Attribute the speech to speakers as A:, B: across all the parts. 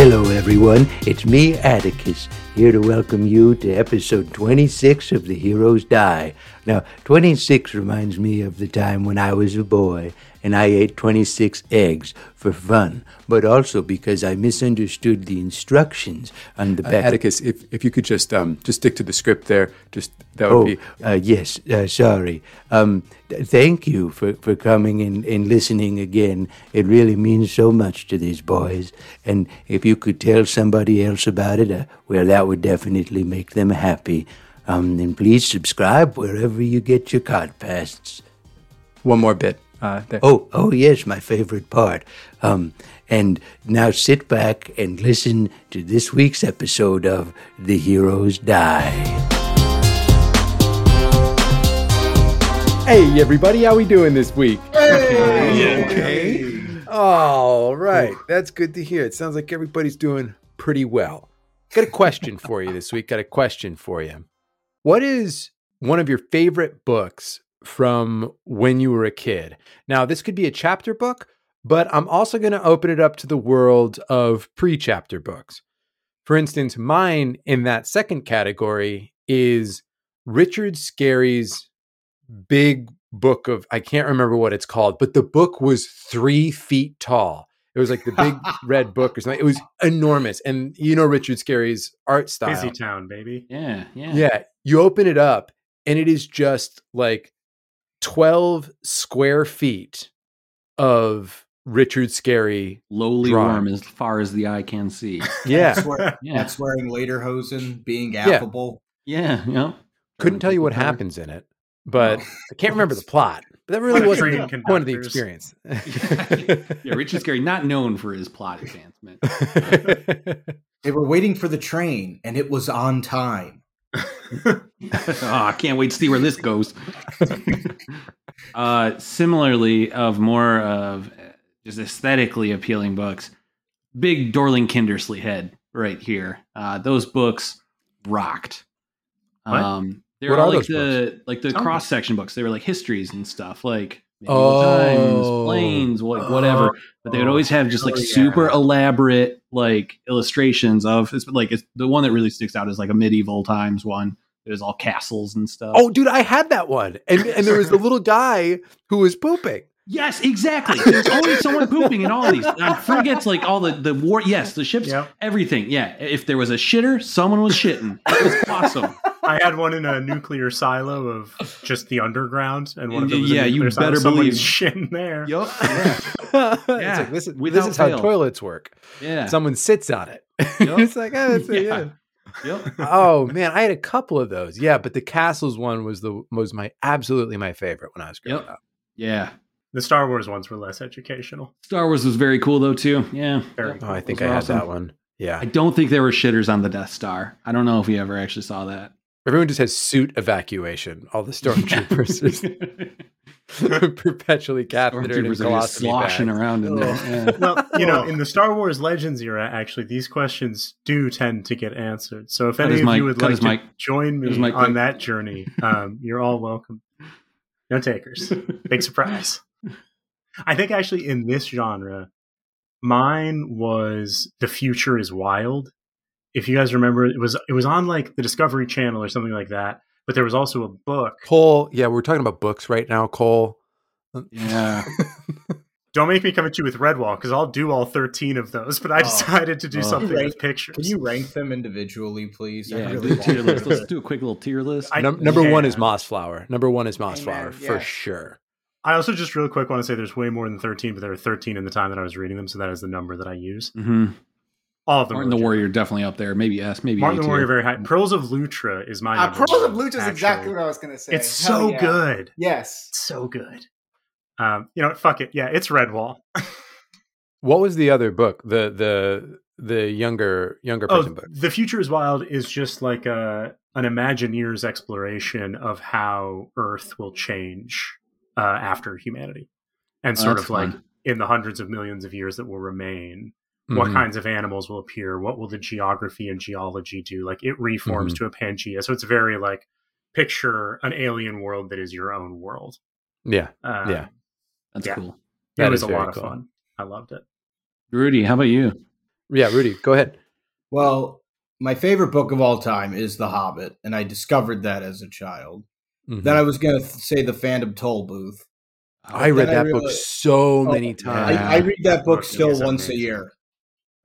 A: everyone. It's me, Atticus, here to welcome you to episode 26 of The Heroes Die. Now, 26 reminds me of the time when I was a boy and I ate 26 eggs for fun, but also because I misunderstood the instructions on the
B: Uh,
A: back.
B: Atticus, if, if you could just um, just stick to the script there, just that would
A: Oh,
B: be.
A: uh, yes, uh, sorry. Um, th- thank you for, for coming and, and listening again. It really means so much to these boys. And if you could tell somebody else about it, uh, well, that would definitely make them happy. Um, and please subscribe wherever you get your podcasts.
B: One more bit. Uh, there.
A: Oh, oh yes, my favorite part. Um, and now sit back and listen to this week's episode of The Heroes Die.
B: Hey, everybody, how we doing this week?
C: Okay. All right. That's good to hear. It sounds like everybody's doing pretty well. Got a question for you this week. Got a question for you. What is one of your favorite books from when you were a kid? Now, this could be a chapter book, but I'm also going to open it up to the world of pre chapter books. For instance, mine in that second category is Richard Scarry's big book of I can't remember what it's called, but the book was three feet tall. It was like the big red book or something. It was enormous, and you know Richard Scarry's art style.
D: Busy town, baby.
E: Yeah, yeah.
B: Yeah, you open it up and it is just like 12 square feet of Richard Scarry.
E: Lowly
B: Drawing.
E: worm as far as the eye can see.
B: Yeah.
F: Swear,
E: Yeah.
F: That's wearing lederhosen, being affable.
E: Yeah, you know.
B: Couldn't tell you what
E: happened.
B: happens in it, but I can't remember the plot. But that really
D: What a
B: wasn't the
D: train
B: point of the
D: conductors.
B: experience.
E: Yeah, Richard Scarry, not known for his plot advancement.
F: They were waiting for the train, and it was on time.
E: oh, I can't wait to see where this goes. uh, similarly, of more of uh, just aesthetically appealing books, big Dorling Kindersley head right here. Uh, those books rocked.
D: What?
E: Um, they
B: What
E: were all
B: are those
E: like the like the
D: Tell me.
E: cross section books. They were like histories and stuff, like medieval times,
B: Oh.
E: planes, like whatever. but they would always have just like
F: Oh, yeah.
E: super elaborate like illustrations of it's like it's the one that really sticks out is like a medieval times one. It was all castles and stuff.
B: oh, dude, I had that one. And, and there was the little guy who was pooping.
E: yes, exactly. There's always someone pooping in all these. I forget like all the the war. Yes, the ships,
D: Yep.
E: everything. Yeah, if there was a shitter, someone was shitting. It was awesome.
D: I had one in a nuclear silo of just the underground, and one of them was
E: Yeah,
D: a
E: you
D: nuclear silo.
E: better
D: Someone's
E: believe.
D: shit in there.
E: Yup. Yeah.
B: It's
E: Yeah,
B: like, this is, this
E: without
B: is how
E: fail.
B: toilets work.
E: Yeah.
B: Someone sits on it.
E: Yup.
B: it's like, oh, that's it,
E: Yeah.
B: yeah.
E: Yup.
B: oh man, I had a couple of those. Yeah, but the castles one was the was my absolutely my favorite when I was growing
E: Yep.
B: up.
E: Yeah.
D: The Star Wars ones were less educational.
E: Star Wars was very cool though too. Yeah.
D: Very
E: Yep.
B: Oh, I think
E: Those
B: I
E: were
B: had
E: awesome.
B: that one. Yeah,
E: I don't think there were shitters on the Death Star. I don't know if we ever actually saw that.
B: everyone just has suit evacuation. All the stormtroopers just perpetually cathetered in
E: Stormtroopers are just
B: colostomy
E: sloshing
B: bags.
E: around in there.
B: Oh.
E: Yeah.
D: well, you know, in the Star Wars Legends era, actually, these questions do tend to get answered. So if
E: Cut
D: any
E: his
D: of
E: mic,
D: you would
E: cut
D: like
E: his
D: to
E: mic.
D: join
E: Cut his
D: me
E: mic
D: on
E: quick.
D: that journey, um, you're all welcome. No takers. Big surprise. I think actually in this genre, mine was The Future is Wild. If you guys remember, it was it was on like the Discovery Channel or something like that. But there was also a book.
B: Cole, yeah, we're talking about books right now. Cole,
E: Yeah.
D: Don't make me come at you with Redwall because I'll do all thirteen of those. But I
F: Oh.
D: decided to do
E: Oh.
D: something
F: Right.
D: with pictures.
F: Can you rank them individually, please? I
E: yeah. do a
F: really want
E: tier list.
F: to.
E: Let's do a quick little tier list.
D: I-
B: Num- number one is
D: yeah.
B: Moss Flower. Number one is Moss
F: Hey,
B: Flower
F: man,
B: for
F: yeah.
B: sure.
D: I also just real quick want to say there's way more than 13, but there were 13 in the time that I was reading them, so that is the number that I use.
E: hmm
D: All of them. were
E: Martin the
D: good.
E: Warrior definitely up there. Maybe S. Maybe
D: Martin
E: A
D: the
E: tier.
D: Warrior, very high. Pearls of Lutra is my.
G: Uh,
D: number
G: Pearls of
D: one,
G: Lucha is
D: actually.
G: exactly what I was going to say.
D: It's
G: Hell
D: so
G: yeah.
D: good.
G: Yes.
D: It's so good. Um, you know, what? fuck it. Yeah, it's Redwall.
B: What was the other book? The the the younger younger
D: Oh,
B: person book.
D: the future is wild is just like a an Imagineer's exploration of how Earth will change uh, after humanity, and
E: Oh,
D: sort
E: that's
D: of like
E: fun.
D: in the hundreds of millions of years that will remain. what
B: Mhm.
D: kinds of animals will appear what will the geography and geology do like it reforms
B: Mhm.
D: to a pangea so it's very like picture an alien world that is your own world
B: Mm-hmm. Yeah,
D: uh,
B: Yeah.
E: That's
D: Yeah.
E: cool.
B: That
D: it was
B: is
D: a
B: very
D: lot of
B: cool.
D: fun i loved it
E: Rudy, how about you?
B: yeah. Rudy, go ahead.
F: Well, my favorite book of all time is The Hobbit, and I discovered that as a child.
E: Mm-hmm.
B: Mhm.
F: Then I was going to say The Phantom Toll Booth.
B: I read
F: then I
B: that book
F: realized-
B: so
F: Oh,
B: many
F: I,
B: times.
F: I read that book still
D: Yes, I
F: once a
D: mean.
F: year.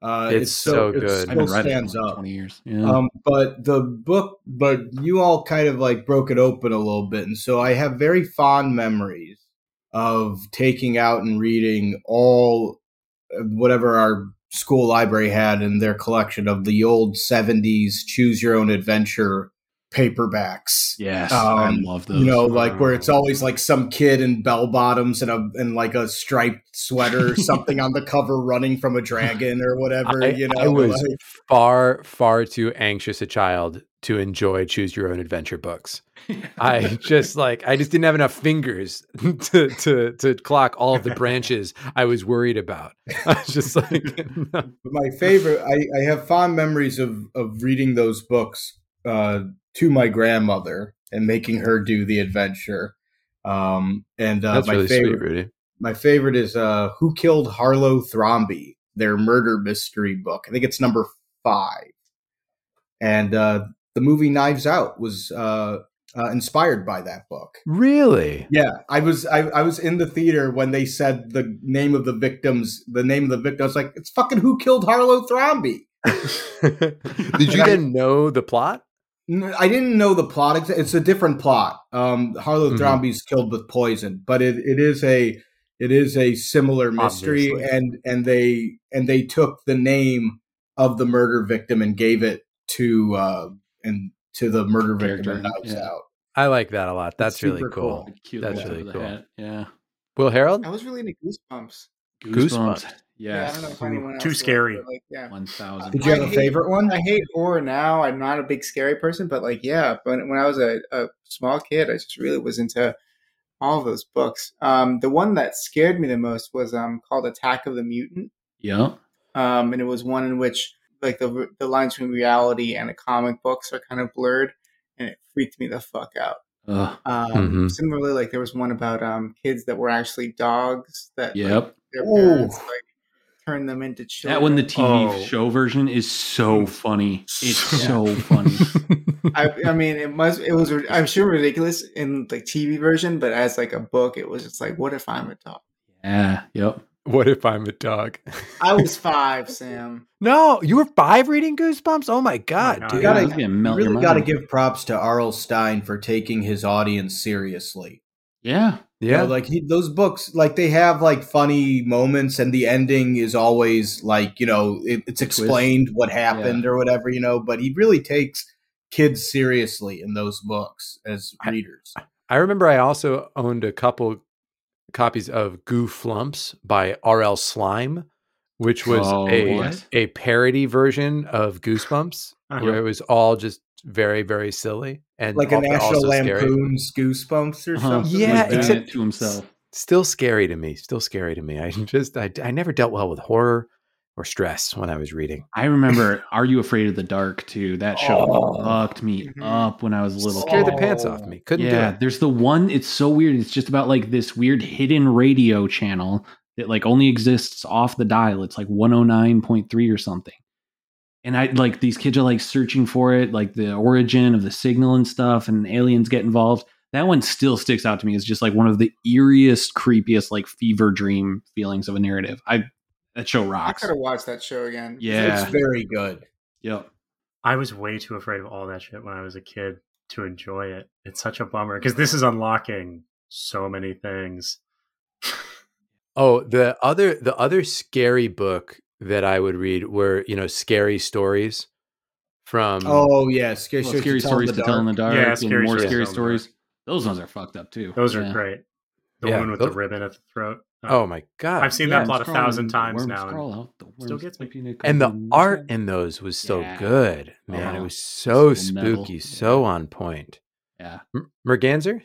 F: Uh,
B: It's so
F: it
B: good.
E: I haven't
F: Still
E: read it in
F: stands
E: like
F: up.
E: 20 years. Yeah.
F: Um, but the book, but you all kind of like broke it open a little bit, and so I have very fond memories of taking out and reading all uh, whatever our school library had in their collection of the old seventies choose your own adventure paperbacks.
E: yes. I
F: um,
E: love those.
F: You know, like where it's always like some kid in bell bottoms and a and like a striped sweater, or something on the cover, running from a dragon or whatever.
B: I-
F: you know,
B: I was
F: like-
B: far, far too anxious a child to enjoy choose your own adventure books. I just like I just didn't have enough fingers to to to clock all of the branches I was worried about. I was just like
F: But my favorite I, I have fond memories of of reading those books uh to my grandmother and making her do the adventure um and uh,
B: that's
F: my
B: really
F: favorite
B: sweet, Rudy.
F: my favorite is uh who killed harlow thrombey their murder mystery book i think it's number five and uh the movie knives out was uh, uh inspired by that book
B: Really?
F: yeah, I was I, I was in the theater when they said the name of the victims, the name of the victim. I was like, it's fucking who killed Harlow Thrombey.
B: Did you then know the plot?
F: N- I didn't know the plot. exa- It's a different plot. Um, Harlow
B: Mhm.
F: Thrombey's killed with poison, but it, it is a it is a similar mystery,
D: Obviously.
F: and and they and they took the name of the murder victim and gave it to uh and to the murder victim.
E: Character,
F: in Knives
E: yeah.
F: Out.
B: I like that a lot. That's really
F: super
B: cool.
F: cool. Uh,
E: Cute
B: That's
E: little
B: really
E: bit
B: cool.
E: of the hat.
B: Will Harold?
G: I was really into Goosebumps.
E: Yeah.
B: Goosebumps.
G: Yeah, I
E: Yes.
G: don't know if anyone else
D: Too
G: was,
D: scary.
G: but, like, yeah.
E: One thousand.
F: Did you have
G: I
F: a
G: hate-
F: favorite one?
G: I hate horror now. I'm not a big scary person, but like, yeah. But when I was a, a small kid, I just really was into all those books. Um, the one that scared me the most was um, called Attack of the Mutant,
E: Yeah.
G: um, and it was one in which like the the lines between reality and the comic books are kind of blurred, and it freaked me the fuck out.
E: Ugh.
G: Um,
B: Mhm.
G: Similarly, like there was one about um, kids that were actually dogs that like,
E: Yep.
G: their
F: Oh.
G: parents like turned them into children.
E: That one, the TV
D: Oh.
E: show version, is so funny. It's
D: So-
E: so funny.
G: I, I mean, it must. It was. I'm sure ridiculous in like TV version, but as like a book, it was just like, what if I'm a dog?
E: Yeah. Yep.
B: What if I'm a dog?
G: I was five, Sam.
B: No, you were five reading Goosebumps? Oh my
A: Ah,
B: god,
D: God.
B: dude.
F: Gotta-
E: I was gonna melt
F: you
E: your
F: really got to
E: mind.
F: give props to Arl Stein for taking his audience seriously.
E: Yeah.
B: yeah.
F: Yeah, like he, those books, like they have like funny moments, and the ending is always like you know it, it's explained what happened or whatever you know. But he really takes kids seriously in those books as
B: I-
F: readers.
B: I remember I also owned a couple copies of Goo Flumps by R.L. Slime, which was
E: Oh,
B: a
E: what?
B: a parody version of Goosebumps,
D: Uh-huh.
B: where it was all just very very silly and
F: Like a
B: al- but
F: National
B: also scary.
F: Lampoon's Goosebumps or
E: Uh-huh.
F: something.
B: Yeah,
E: Doing
F: like that.
B: except-
E: it to himself.
B: Still scary to me. Still scary to me. I just I, I never dealt well with horror or stress when I was reading.
E: I remember Are You Afraid of the Dark too. That show
F: Oh.
E: fucked me
G: Mhm.
E: up when I was little.
B: Mm-hmm. Scared the
E: kid.
B: pants off me. Couldn't
E: yeah,
B: do it.
E: there's the one. It's so weird. It's just about like this weird hidden radio channel that like only exists off the dial. It's like 109.3 or something. And I like these kids are like searching for it, like the origin of the signal and stuff, and aliens get involved. That one still sticks out to me. It's just like one of the eeriest, creepiest, like fever dream feelings of a narrative. I that show
G: I
E: rocks.
G: gotta watch that show again.
E: Yeah.
F: It's very good.
E: Yep.
D: I was way too afraid of all that shit when I was a kid to enjoy it. It's such a bummer because this is unlocking so many things.
B: Oh, the other the other scary book that I would read were you know scary stories from
F: Oh yeah, scary,
E: Well, Mm. scary
F: stories, to tell, in
E: stories
F: the
E: to tell in the
F: dark.
E: dark.
D: Yeah,
E: and
D: scary
E: more
D: stories
E: scary
D: to tell in the
E: stories. Those ones are fucked up too.
D: Those are
E: Yeah.
D: great. The
B: Yeah,
D: one with
B: those-
D: the ribbon at the throat.
B: Oh my god!
D: I've seen
E: Yeah,
D: that plot a
E: scroll out,
D: thousand
E: the
D: times
E: worms
D: now. and
E: scroll out, the
D: still
E: worms
D: gets me.
E: creeping across
B: and the
E: the
B: art
E: moon.
B: in those was so
E: Yeah.
B: good, man. It
E: Uh-huh.
B: was so
E: So metal.
B: spooky, so
E: Yeah.
B: on point.
E: yeah,
B: M- Merganser,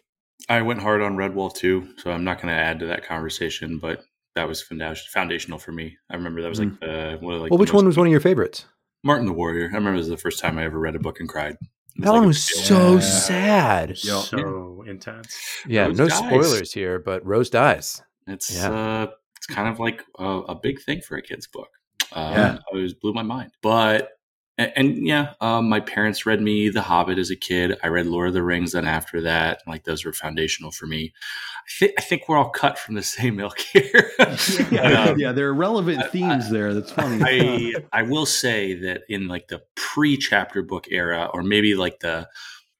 H: I went hard on Redwall too, so I'm not going to add to that conversation, but that was foundation- foundational for me. I remember that was like the one of like
B: Mm. well,
H: the
B: which one
H: most-
B: was one of your favorites?
H: Martin the Warrior. I remember it was the first time I ever read a book and cried. It
B: That one
H: like-
B: was so
E: Yeah.
B: sad.
D: it's
E: Yeah.
D: So intense.
B: Yeah,
H: Rose
B: no
H: dies.
B: spoilers here, but Rose dies.
H: It's
B: Yeah.
H: uh, it's kind of like a, a big thing for a kid's book. Um,
E: Yeah.
H: it was blew my mind. But and, and yeah, um, my parents read me The Hobbit as a kid. I read Lord of the Rings. Then after that, like those were foundational for me. I think I think we're all cut from the same ilk here. But,
E: yeah,
H: um,
E: yeah, there are relevant
H: I-
E: themes there. That's funny.
H: I I will say that in like the pre chapter book era, or maybe like the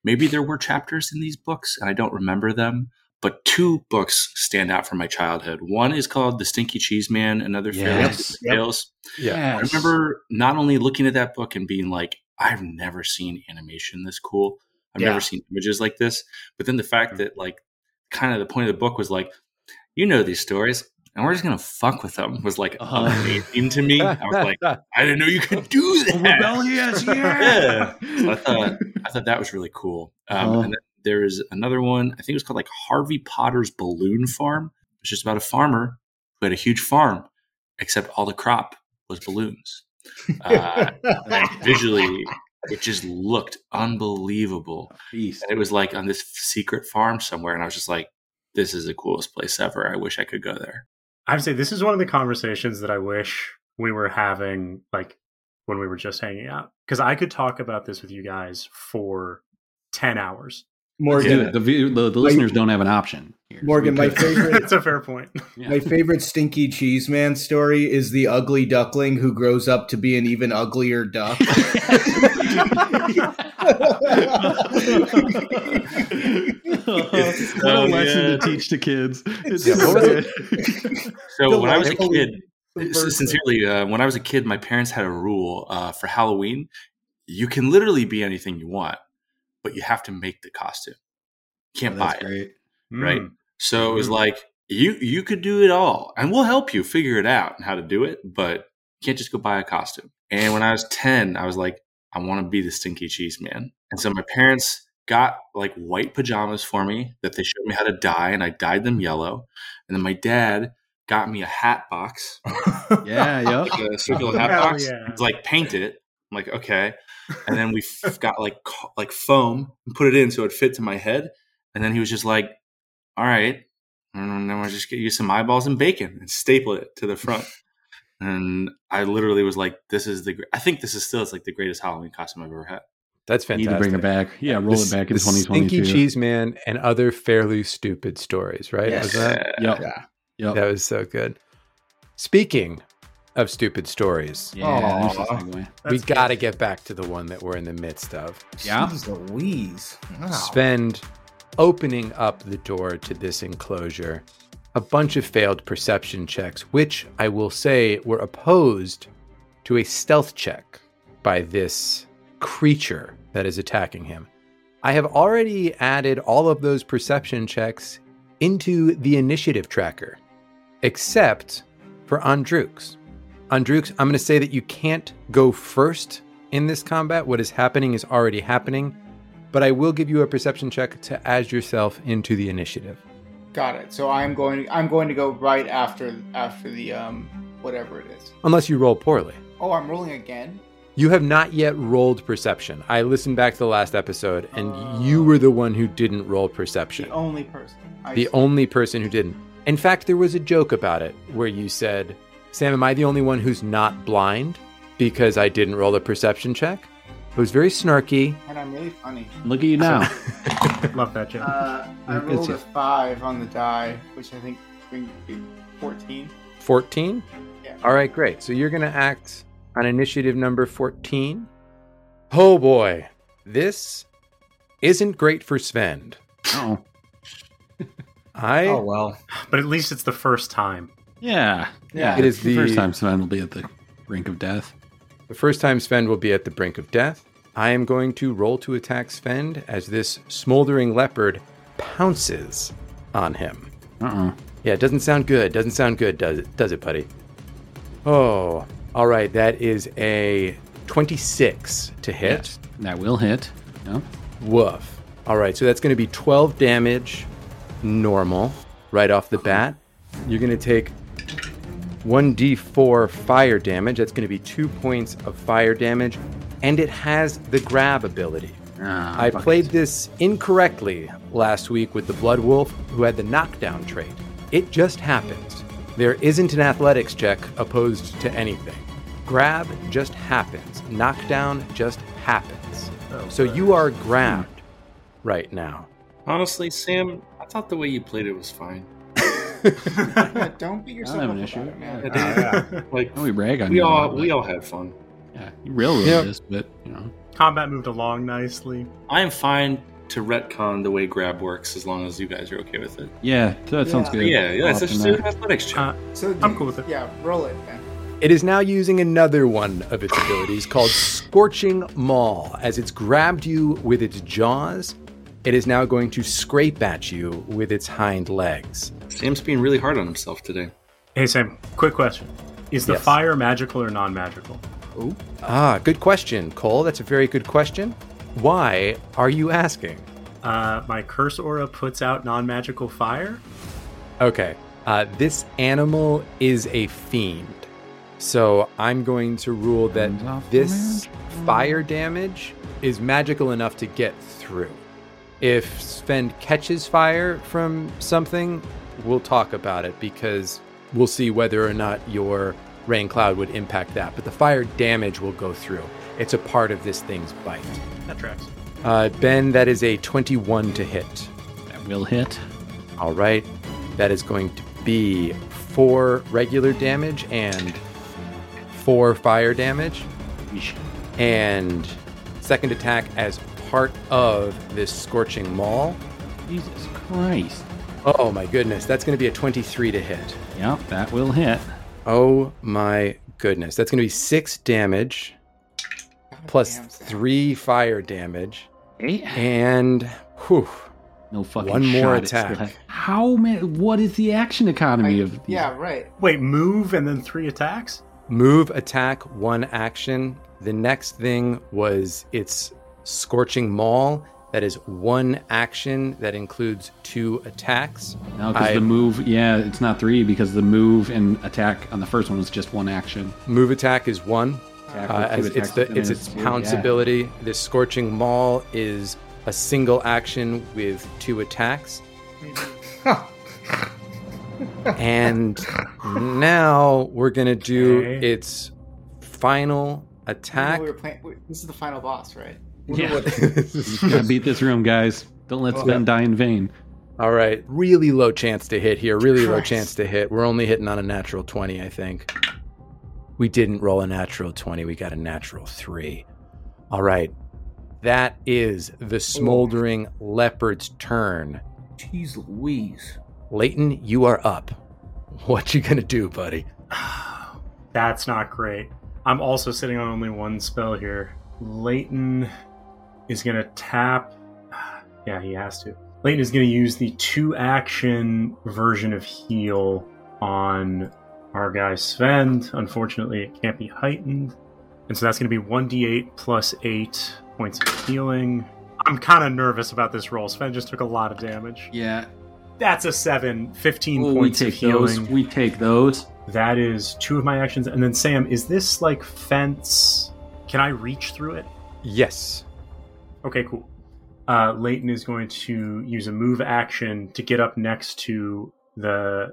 H: maybe there were chapters in these books and I don't remember them. But two books stand out from my childhood. One is called The Stinky Cheese Man, another
E: Yes.
H: yes.
D: Yep.
H: Tales. I
E: Yes.
H: remember not only looking at that book and being like, I've never seen animation this cool. I've
F: Yeah.
H: never seen images like this. But then the
E: Mm.
H: fact that like kind of the point of the book was like, you know these stories, and we're just gonna fuck with them was like
E: Uh-huh.
H: amazing to me. I was like, I didn't know you could do
E: Oh,
H: that.
E: rebellious, yeah.
H: I thought I thought that was really cool. Um,
E: Uh-huh.
H: And then there is another one. I think it was called like Harvey Potter's Balloon Farm. It's just about a farmer who had a huge farm, except all the crop was balloons. Uh, and visually, it just looked unbelievable.
E: Beast.
H: And it was like on this secret farm somewhere, and I was just like, "This is the coolest place ever. I wish I could go there."
D: I would say this is one of the conversations that I wish we were having, like when we were just hanging out, because I could talk about this with you guys for ten hours.
E: Let's do
F: Morgan,
E: it. The, view, the, the listeners don't have an option. Here.
F: Morgan, my favorite
D: That's a fair point.
F: My favorite stinky cheese man story is the ugly duckling who grows up to be an even uglier duck.
E: what a
H: Oh,
E: lesson
H: yeah.
E: to teach to kids. It's
B: Yeah,
E: so
B: what
E: good.
H: So when I was a
F: Delightful.
H: kid, S- sincerely, uh, when I was a kid, my parents had a rule uh, for Halloween: you can literally be anything you want, but you have to make the costume. You can't buy
E: Oh, That's
H: it.
E: great.
H: Right.
D: Mm.
H: So it was
D: Mhm.
H: like you you could do it all, and we'll help you figure it out and how to do it, but you can't just go buy a costume. And when I was ten, I was like, I want to be the stinky cheese man. And so my parents got like white pajamas for me that they showed me how to dye, and I dyed them yellow. And then my dad got me a hat box
E: Yeah, yep.
H: like a circular hat
D: Oh, Hell
H: box.
D: yeah.
H: It's like paint it. I'm like, okay. And then we f- got like co- like foam and put it in so it fit to my head. And then he was just like, all right. And then we're just gonna use some eyeballs and bacon and staple it to the front. And I literally was like, this is the, gr- I think this is still, it's like the greatest Halloween costume I've ever had.
B: That's
E: Need
B: fantastic.
E: to bring it back. Yeah, roll
B: The-
E: it back in
B: the Stinky
E: 2022.
B: Cheese Man and other fairly stupid stories, right?
F: Yes.
B: Was that?
E: Yep.
F: Yeah.
E: Yep.
B: That was so good. Speaking of stupid stories,
E: Yeah, there's a
F: Aw.
E: segue.
B: we
D: That's good.
B: got to get back to the one that we're in the midst of.
E: Yeah.
F: Jeez Louise. Wow.
B: Spend opening up the door to this enclosure. A bunch of failed perception checks, which I will say were opposed to a stealth check by this creature that is attacking him. I have already added all of those perception checks into the initiative tracker, except for Andrux. Andrux, I'm going to say that you can't go first in this combat. What is happening is already happening, but I will give you a perception check to add yourself into the initiative.
G: Got it. So I'm going. I'm going to go right after after the um whatever it is.
B: Unless you roll poorly.
G: Oh, I'm rolling again.
B: You have not yet rolled perception. I listened back to the last episode, and you were the one who didn't roll perception.
G: The only person. I
B: The
G: see.
B: only person who didn't. In fact, there was a joke about it where you said, Sam, am I the only one who's not blind because I didn't roll a perception check? It was very snarky.
G: and I'm really funny.
E: Look at you now.
D: Love that joke.
G: Uh, I
B: It's
G: rolled a
B: you.
G: five on the die, which I think brings me fourteen.
B: 14?
G: Yeah.
B: All right, great. So you're going to act on initiative number 14. Oh boy, this isn't great for Sven.
E: oh.
B: I.
F: Oh well.
D: but at least it's the first time.
E: Yeah. Yeah.
B: It is the-
E: first time Sven will be at the brink of death.
B: The first time Sven will be at the brink of death, I am going to roll to attack Sven as this smoldering leopard pounces on him.
E: Uh-uh.
B: Yeah, it doesn't sound good. Doesn't sound good, does it? Does it, buddy? Oh, all right. That is a 26 to hit.
E: Yes. That will hit. Yep.
B: Woof. All right, so that's going to be 12 damage, normal, right off the bat. You're going to take 1d4 fire damage. That's going to be two points of fire damage, and it has the grab ability.
E: Ah,
B: I
E: fuck
B: played
E: it.
B: this incorrectly last week with the Blood Wolf, who had the knockdown trait. It just happens. There isn't an athletics check opposed to anything. Grab just happens. Knockdown just happens. so you are grabbed right now.
H: Honestly, Sam, I thought the way you played it was fine.
G: Yeah, don't beat yourself
E: have
G: up
E: an
G: about
E: issue.
G: it, man.
D: Oh,
H: Yeah, Like
E: Don't we rag on
H: we
E: you a
H: all
E: lot,
H: we
E: but-
H: all had fun.
E: Yeah, you railroaded
B: Yep.
E: this, but you know,
D: Combat moved along nicely.
H: I am fine to retcon the way grab works as long as you guys are okay with it.
E: yeah, that sounds
G: Yeah.
E: good.
H: Yeah, yeah, it's
E: Often
H: just
E: that-
H: an athletics check.
D: Uh,
G: So
D: I'm
G: do-
D: cool with it.
G: Yeah, roll it then.
B: It is now using another one of its abilities called Scorching Maul. As it's grabbed you with its jaws, it is now going to scrape at you with its hind legs.
H: Sam's being really hard on himself today.
D: Hey Sam, quick question: Is the
B: Yes.
D: fire magical or non-magical?
B: Ah, good question, Cole. That's a very good question. Why are you asking?
D: Uh, my curse aura puts out non-magical fire.
B: Okay. Uh, this animal is a fiend. So I'm going to rule that
E: Hands off the
B: this fire damage is magical enough to get through. If Sven catches fire from something, we'll talk about it because we'll see whether or not your rain cloud would impact that. But the fire damage will go through. It's a part of this thing's bite.
D: That tracks.
B: Uh, ben, that is a 21 to hit.
E: that will hit.
B: All right. That is going to be four regular damage and four fire damage. And second attack as part of this Scorching Maul.
E: Jesus Christ!
B: Oh my goodness. That's going to be a 23 to hit.
E: Yep, that will hit.
B: Oh my goodness. That's going to be six damage plus
G: damn, Sam.
B: three fire damage. And whew,
E: No fucking
B: One more
E: shot, it still
B: attack.
E: hit. How many? What is the action economy
G: Like,
E: of? these-
G: yeah, right.
D: Wait, move and then three attacks.
B: move attack one action the next thing was its scorching maul that is one action that includes two attacks
E: No, because
B: I-
E: the move. Yeah, it's not three because the move and attack on the first one was just one action.
B: move attack is one
E: Attack
B: uh,
E: with two
B: as it's
E: attacks
B: the
E: within
B: it's
E: a
B: its
E: sphere,
B: pounce
E: yeah.
B: ability this scorching maul is a single action with two attacks and now we're gonna do
D: Okay.
B: its final
G: You know,
B: attack
G: we were playing. we- this is the final boss, right?
E: Yeah, gotta beat this room, guys. Don't
B: Oh.
E: let Sven die in vain.
B: All right. Really low chance to hit here. Really low
G: Christ.
B: chance to hit. We're only hitting on a natural 20, I think. We didn't roll a natural 20. We got a natural 3. All right. That is the smoldering leopard's turn.
F: Jeez Louise.
B: Leighton, you are up. What you gonna do, buddy?
D: That's not great. I'm also sitting on only one spell here. Leighton is going to tap. Yeah, he has to. Leighton is going to use the two action version of heal on our guy Sven. Unfortunately, it can't be heightened. And so that's going to be 1d8 plus 8 points of healing. I'm kind of nervous about this roll. Sven just took a lot of damage.
E: Yeah,
D: That's a 7, 15
E: Ooh, we
D: points of
E: take
D: healing.
E: those. We take those.
D: That is two of my actions. And then Sam, is this like fence? Can I reach through it?
B: Yes.
D: Okay, cool. Uh, Leighton is going to use a move action to get up next to the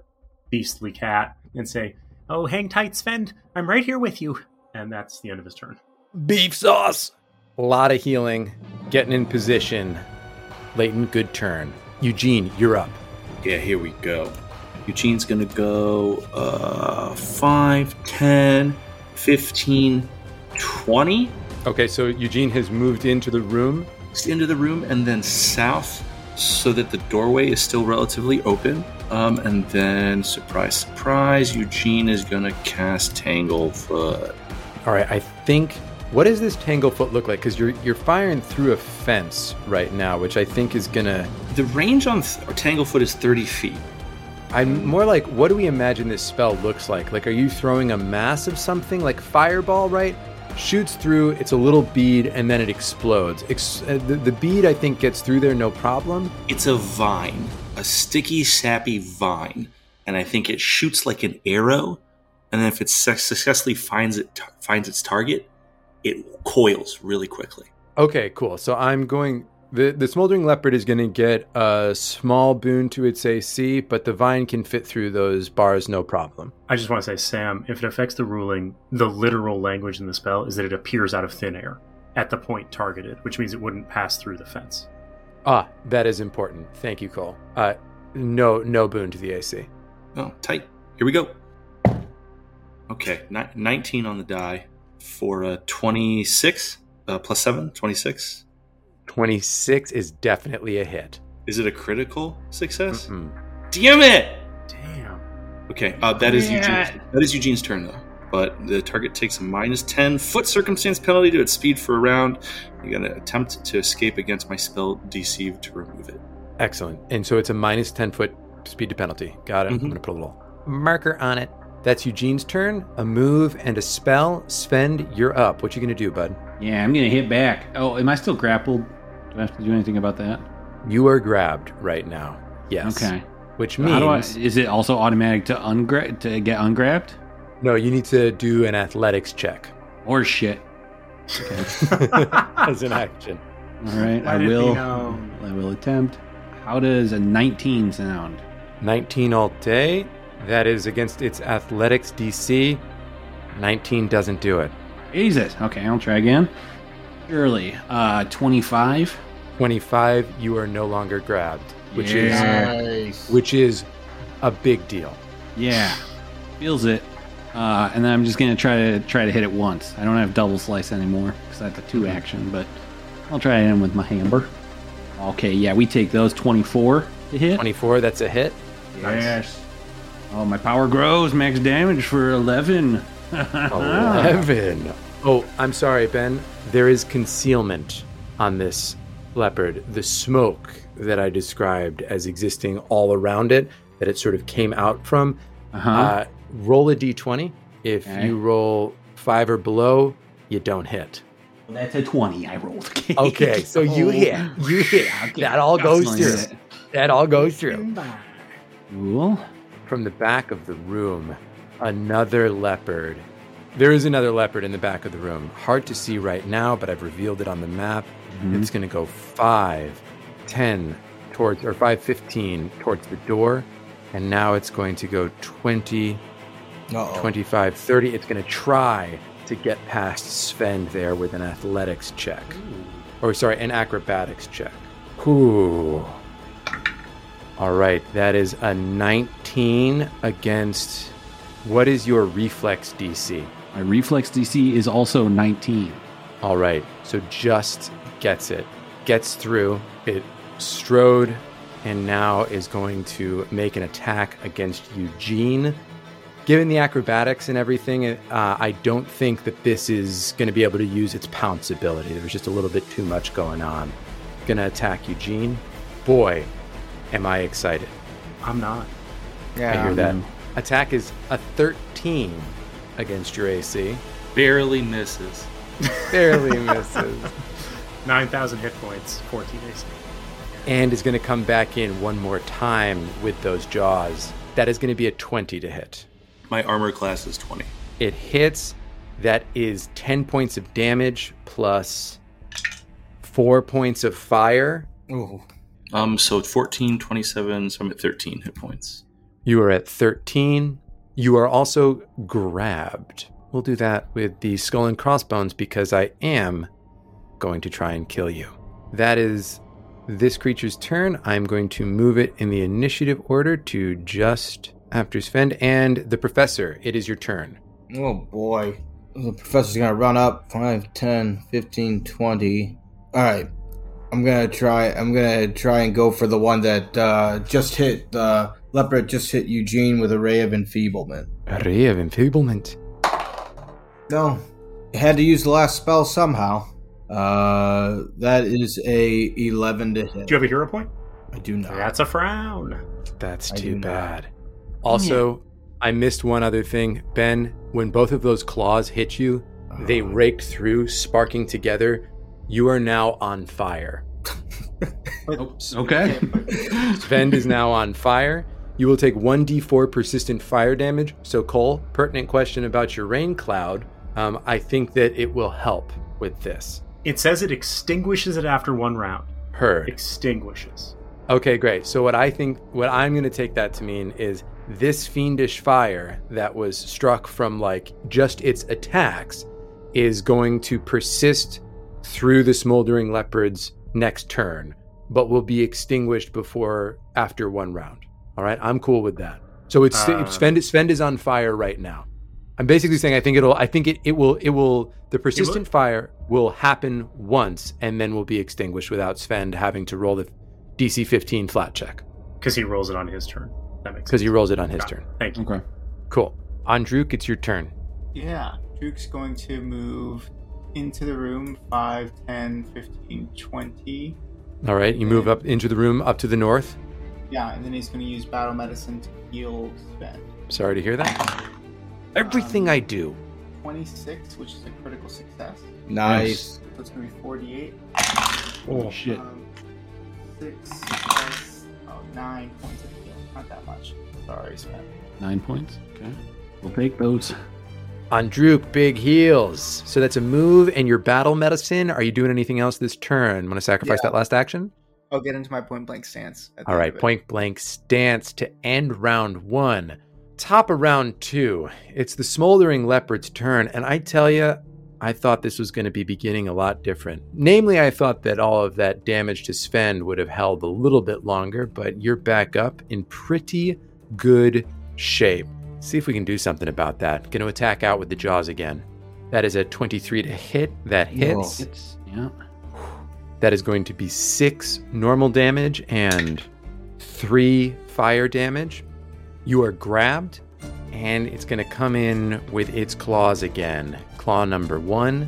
D: beastly cat and say, Oh, hang tight, Sven. I'm right here with you. And that's the end of his turn.
B: Beef sauce. A lot of healing. Getting in position. Leighton, good turn. Eugene, you're up.
H: Yeah, here we go. Eugene's gonna go uh 5, 10, 15, 20.
B: Okay, so Eugene has moved into the room.
H: Just into the room and then south so that the doorway is still relatively open. Um, and then surprise, surprise, Eugene is gonna cast Tanglefoot.
B: All right, I think. What does this tanglefoot look like? Because you're you're firing through a fence right now, which I think is gonna.
H: The range on th- Tanglefoot is 30 feet.
B: I'm more like, what do we imagine this spell looks like? Like, are you throwing a mass of something like fireball? Right, shoots through. It's a little bead, and then it explodes. Ex- uh, the, the bead, I think, gets through there no problem.
H: It's a vine, a sticky, sappy vine, and I think it shoots like an arrow. And then if it suc- successfully finds it finds its target, it coils really quickly.
B: Okay, cool. So I'm going. The the smoldering leopard is going to get a small boon to its AC, but the vine can fit through those bars no problem.
D: I just want to say, Sam, if it affects the ruling, the literal language in the spell is that it appears out of thin air at the point targeted, which means it wouldn't pass through the fence.
B: Ah, that is important. Thank you, Cole. Uh, no no boon to the AC.
H: Oh, tight. Here we go. Okay, ni- 19 on the die for a 26 uh, plus 7, 26.
B: Twenty six is definitely a hit.
H: Is it a critical success?
B: Mm-mm.
H: Damn it!
D: Damn.
H: Okay, uh, that is Eugene's, that is Eugene's turn though. But the target takes a minus ten foot circumstance penalty to its speed for a round. You're gonna attempt to escape against my spell deceive to remove it.
B: Excellent. And so it's a minus 10 foot speed to penalty. Got it.
H: Mhm.
E: Mm-hmm.
B: I'm going to put a little marker on it. That's Eugene's turn. A move and a spell. Spend, you're up. What you going to do, bud?
E: Yeah, I'm gonna hit back. Oh, am I still grappled? Do I have to do anything about that?
B: You are grabbed right now. Yes.
E: Okay.
B: Which
E: How do I,
B: means
E: is it also automatic to ungra- to get ungrabbed?
B: no, you need to do an athletics check
E: Or shit.
B: as an action.
E: All right,
D: Why
E: I
D: did
E: will.
D: we know?
E: I will attempt. How does a 19 sound?
B: 19 all day. That is against its athletics DC. 19 doesn't do it.
E: Jesus. Okay, I'll try again. Surely, uh, 25.
B: 25, you are no longer grabbed, which
E: Yeah.
B: is
F: Nice.
B: which is a big deal.
E: Yeah, feels it. Uh, and then I'm just gonna try to try to hit it once. I don't have double slice anymore because I have the two
B: Mm-hmm.
E: action, but I'll try it in with my hammer. Okay, yeah, we take those 24 to hit.
B: 24, that's a hit.
E: Yes. Oh, my power grows. Max damage for Uh-huh. 11. Ah.
B: 11. Oh, I'm sorry, Ben. There is concealment on this leopard. The smoke that I described as existing all around it, that it sort of came out from.
E: Uh-huh.
B: Uh, roll a d20. If
E: Okay.
B: you roll five or below, you don't hit.
E: That's a 20 I rolled. Oh.
B: Okay, so you hit. You hit. That all goes through.
E: Nice.
B: That all goes through.
E: Cool.
B: From the back of the room, another leopard. There is another leopard in the back of the room. Hard to see right now, but I've revealed it on the map. It's going to go 5, 10 towards, or 5, 15 towards the door. And now it's going to go 20,
F: Uh-oh.
B: 25, 30. It's going to try to get past Sven there with an athletics check. Or, sorry, an acrobatics check. Ooh. All right. That is a 19 against. What is your reflex DC?
E: My reflex DC is also 19.
B: All right. So just gets it, gets through. It strode and now is going to make an attack against Eugene. Given the acrobatics and everything, uh, I don't think that this is going to be able to use its pounce ability. There was just a little bit too much going on. Going to attack Eugene. Boy, am I excited.
D: I'm not.
B: I
G: Yeah.
B: hear that. Attack is a 13 against your AC.
H: Barely misses.
B: Barely misses.
D: 9,000 hit points, 14 AC.
B: and is going to come back in one more time with those jaws. That is going to be a 20 to hit.
H: My armor class is twenty.
B: It hits. That is 10 points of damage plus 4 points of fire.
H: Um, so 14, 27, so I'm at thirteen hit points.
B: You are at 13. You are also grabbed. We'll do that with the skull and crossbones because I am going to try and kill you. That is this creature's turn. I'm going to move it in the initiative order to just after Sven and the professor. It is your turn.
F: Oh boy. The professor's gonna run up 5, 10, 15, 20. Alright. I'm gonna try I'm gonna try and go for the one that uh just hit the uh, leopard just hit Eugene with a ray of enfeeblement.
B: A ray of enfeeblement.
F: No. Had to use the last spell somehow. Uh that is a eleven to hit.
D: Do you have a hero point?
F: I do not.
D: That's a frown.
B: That's
F: I
B: too
F: do not.
B: bad. Also, I missed one other thing. Ben, when both of those claws hit you,
F: Uh-huh.
B: They raked through, sparking together. You are now on fire.
E: Okay.
B: Vend is now on fire. You will take 1d4 persistent fire damage. So, Cole, pertinent question about your rain cloud. Um, I think that it will help with this.
D: It says it extinguishes it after one round.
B: Heard.
D: extinguishes.
B: Okay, great. So what I think, what I'm going to take that to mean is this fiendish fire that was struck from like just its attacks is going to persist through the smoldering leopard's next turn, but will be extinguished before after one round. All right, I'm cool with that. So it's
D: Uh.
B: Sven. Sven is on fire right now. I'm basically saying I think it'll. I think it, it will. It will. The persistent fire will happen once and then will be extinguished without Sven having to roll the DC 15 flat check
D: Because he rolls it on his turn. That makes
B: because
D: sense.
B: he rolls it on his
D: Got it.
B: turn.
D: Thank you.
E: Okay.
B: Cool. Andruk, it's your turn.
G: Yeah. Duke's going to move into the room 5, 10, 15, 20.
B: All right, you move up into the room up to the north.
G: Yeah, and then he's going to use battle medicine to heal Sven.
B: Sorry to hear that. Everything I do.
G: 26, which is a critical success.
F: Nice.
G: So it's going to be 48.
E: Oh shit.
G: Um, 6 plus oh, 9 points of heal. Not that much. Sorry, Sven.
E: Nine points. Okay. We'll take those.
B: Andruk, big heals. So that's a move and your battle medicine. Are you doing anything else this turn? Want to sacrifice that last action?
G: I'll get into my point blank stance. at the
B: All
G: end
B: right,
G: of it.
B: point blank stance to end round one. Top of round two, it's the smoldering leopard's turn. And I tell you, I thought this was going to be beginning a lot different. Namely, I thought that all of that damage to Sven would have held a little bit longer, but you're back up in pretty good shape. See if we can do something about that. Going to attack out with the jaws again. That is a 23 to hit. That hits.
E: Hits. Yeah.
B: That is going to be six normal damage and three fire damage. You are grabbed, and it's going to come in with its claws again. Claw number one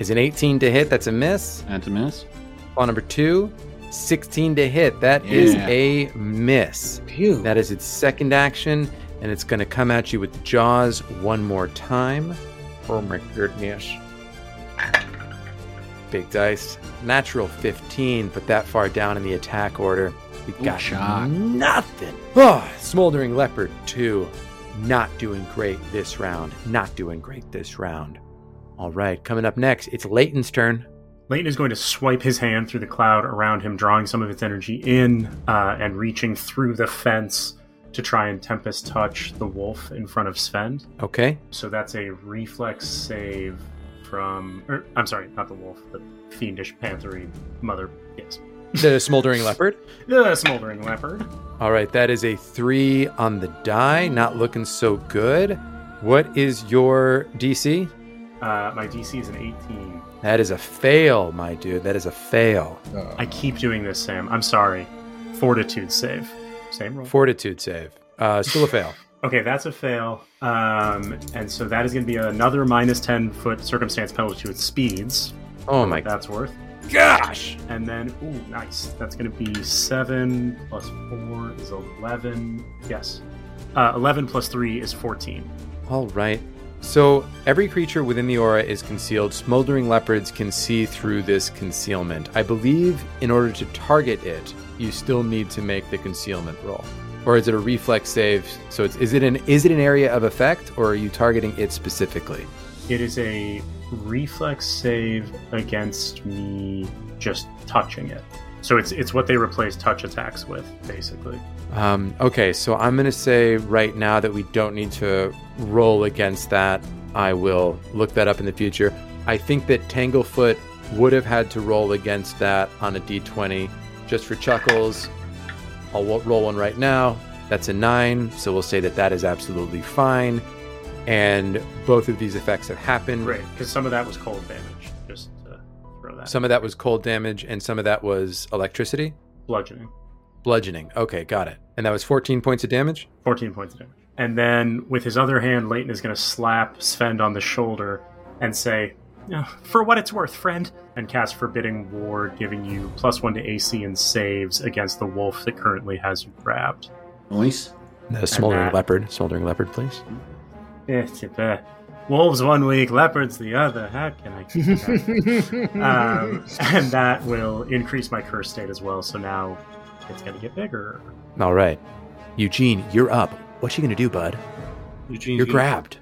B: is an 18 to hit. That's a miss.
E: That's a miss.
B: Claw number two, 16 to hit. That is
E: Yeah.
B: a miss. That is its second action, and it's going to come at you with the jaws one more time. Oh my goodness. Big dice. Natural 15, but that far down in the attack order. We
E: Ooh,
B: got
E: shock.
B: nothing. Oh, Smoldering Leopard 2. Not doing great this round. Not doing great this round. All right, coming up next, it's Leighton's turn.
D: Leighton is going to swipe his hand through the cloud around him, drawing some of its energy in uh, and reaching through the fence to try and Tempest touch the wolf in front of Sven.
B: Okay.
D: So that's a reflex save from. Or, I'm sorry, not the wolf, the fiendish panthery mother. Yes.
B: The Smoldering Leopard.
D: The smoldering leopard.
B: All right, that is a three on the die. Not looking so good. What is your DC?
D: Uh, my DC is an 18.
B: That is a fail, my dude. That is a fail.
D: I keep doing this, Sam. I'm sorry. Fortitude save. Same roll.
B: Fortitude save. Uh, still a fail.
D: Okay, that's a fail. Um, and so that is going to be another minus 10 foot circumstance penalty to its speeds.
B: Oh my
D: That's worth.
B: gosh.
D: And then, ooh, nice. That's going to be 7 plus 4 is 11. Yes. Uh, 11 plus 3 is 14.
B: All right. So every creature within the aura is concealed. Smoldering leopards can see through this concealment. I believe in order to target it, you still need to make the concealment roll. Or is it a reflex save? So it's is it an is it an area of effect or are you targeting it specifically?
D: It is a reflex save against me just touching it. So it's it's what they replace touch attacks with, basically.
B: Um, okay, so I'm going to say right now that we don't need to roll against that. I will look that up in the future. I think that Tanglefoot would have had to roll against that on a d20 just for chuckles. I'll wo- roll one right now. That's a nine, so we'll say that that is absolutely fine. And both of these effects have happened.
D: Right, because some of that was cold damage. Just to throw that.
B: Some of that was cold damage, and some of that was electricity.
D: bludgeoning.
B: Bludgeoning. Okay, got it. And that was 14 points of damage.
D: 14 points of damage. And then with his other hand, Leighton is going to slap Sven on the shoulder and say, "Uh, For what it's worth, friend. And cast Forbidding Ward, giving you plus one to AC and saves against the wolf that currently has you grabbed.
E: Nice.
B: The smoldering
D: that-
B: leopard. Smoldering leopard, please.
D: Eh, tip, eh. Wolves one week, leopards the other. How can I keep track? um, and that will increase my curse state as well. So now it's going to get bigger.
B: All right. Eugene, you're up. What you gonna do, bud?
H: Eugene,
B: You're
H: you-
B: grabbed.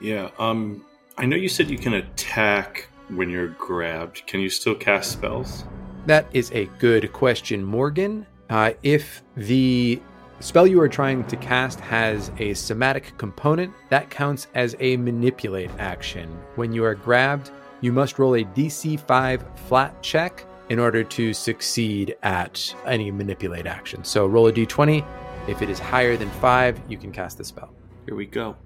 H: Yeah. Um, I know you said you can attack when you're grabbed. Can you still cast spells?
B: That is a good question, Morgan. Uh, if the spell you are trying to cast has a somatic component, that counts as a manipulate action. When you are grabbed, you must roll a DC 5 flat check in order to succeed at any manipulate action. So roll a d20. If it is higher than 5, you can cast the spell.
H: Here we go.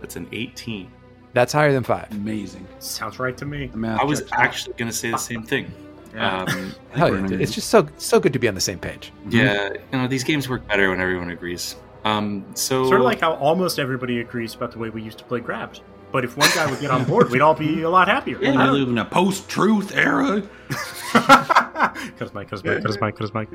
H: That's an 18.
B: That's higher than 5.
E: Amazing.
D: Sounds right to me.
E: The math
H: I was
E: checks out.
H: actually going to say the same thing.
D: Yeah.
H: Um,
B: Hell
E: we're
B: yeah,
E: in
B: dude.
E: it.
B: It's just so so good to be on the same page.
H: yeah,
D: Mm-hmm.
H: you know, these games work better when everyone agrees. Um, so
D: Sort of like how almost everybody agrees about the way we used to play grabs. But if one guy would get on board, we'd all be a lot happier.
H: Yeah,
E: We live in a post-truth era.
D: Cause Mike, cause Mike, cause Mike, cause Mike.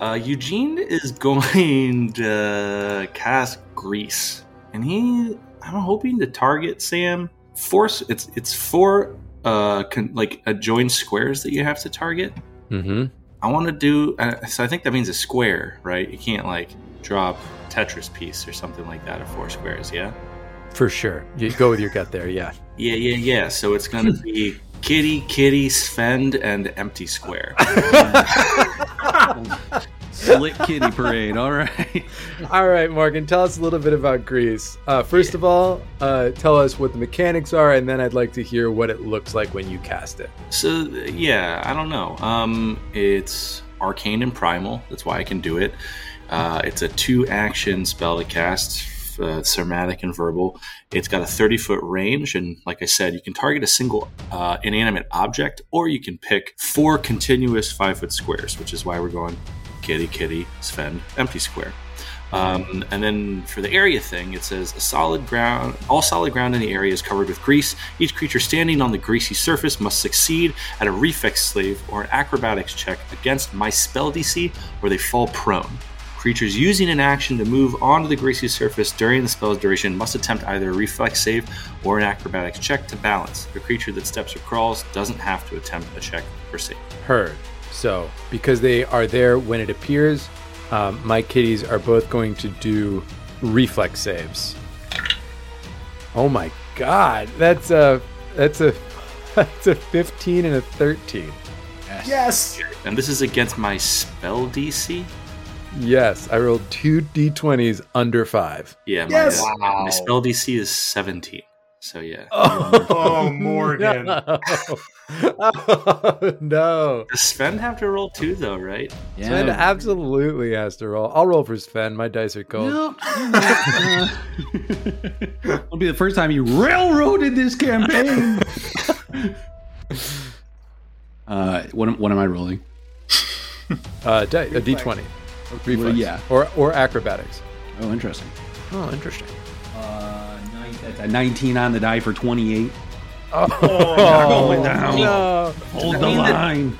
H: Uh, Eugene is going to cast Grease, and he I'm hoping to target Sam. Force it's it's four uh con, like adjoined squares that you have to target.
B: Mm-hmm.
H: I want to do uh, so. I think that means a square, right? You can't like drop Tetris piece or something like that, or four squares. Yeah,
B: For sure. You go with your gut there, yeah.
H: yeah, yeah, yeah. So it's gonna be Kitty, Kitty, Sven, and Empty Square.
E: Slick kitty parade. All right.
B: All right, Morgan, tell us a little bit about Grease. Uh, first of all, uh, tell us what the mechanics are, and then I'd like to hear what it looks like when you cast it.
H: So yeah, I don't know. Um, it's arcane and primal. That's why I can do it. Uh, it's a two-action spell to cast, uh, somatic and verbal. It's got a thirty-foot range, and like I said, you can target a single uh, inanimate object, or you can pick four continuous five-foot squares, which is why we're going kitty, kitty, Sven, empty square. Um, and then for the area thing, it says a solid ground. All solid ground in the area is covered with grease. Each creature standing on the greasy surface must succeed at a reflex save or an acrobatics check against my spell DC, or they fall prone. Creatures using an action to move onto the greasy surface during the spell's duration must attempt either a reflex save or an acrobatics check to balance. A creature that steps or crawls doesn't have to attempt a check or save.
B: Heard. So, because they are there when it appears, um, my kitties are both going to do reflex saves. Oh my god, that's a that's a that's a 15 and a 13.
D: Yes.
H: And this is against my spell DC.
B: Yes, I rolled two d20s under five.
H: Yeah, my,
D: Yes!
H: uh, my spell DC is 17. So yeah.
D: Oh, Morgan.
B: No. Oh, no.
H: Does Sven have to roll two though, right?
B: Sven absolutely has to roll. I'll roll for Sven. My dice are cold.
E: Nope. Uh, It'll be the first time you railroaded this campaign. uh, what am, what am I rolling?
B: Uh, di- a d20. Reflex.
E: Well, yeah.
B: Or, or acrobatics.
E: Oh, interesting.
B: Oh, interesting.
E: Uh, nine, that's a 19 on the die for 28.
B: Oh,
E: going down.
B: no.
E: Hold the line.
B: Uh,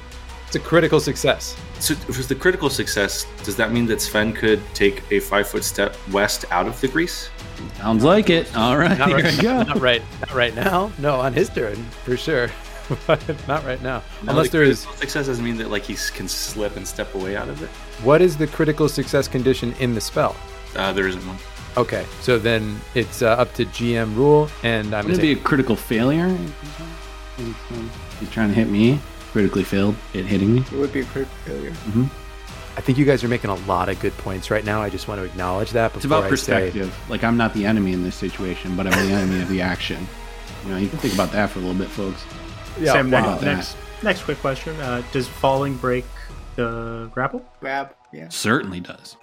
B: It's a critical success.
H: So if it's the critical success, does that mean that Sven could take a five foot step west out of the grease?
E: Sounds like it. All right,
B: Not
E: here
B: right,
E: I go.
B: not right, not right now. No, on his turn for sure. But not right now. Unless
H: the
B: there is.
H: critical success doesn't mean that like he can slip and step away out of it.
B: What is the critical success condition in the spell?
H: Uh, there isn't one.
B: Okay, so then it's uh, up to GM rule, and I'm
E: Would
B: gonna
E: it be
B: be
E: a critical failure? You're trying to hit me. Critically failed at hitting me.
G: It would be a crit failure.
B: I think you guys are making a lot of good points right now. I just want to acknowledge that. Before
E: It's about
B: I say-
E: perspective. Like I'm not the enemy in this situation, but I'm the enemy of the action. You know, you can think about that for a little bit, folks.
D: Sam,
E: wow,
D: next,
E: that-
D: next, next quick question. Uh, does falling break the grapple?
G: Grab. Yeah.
E: Certainly does.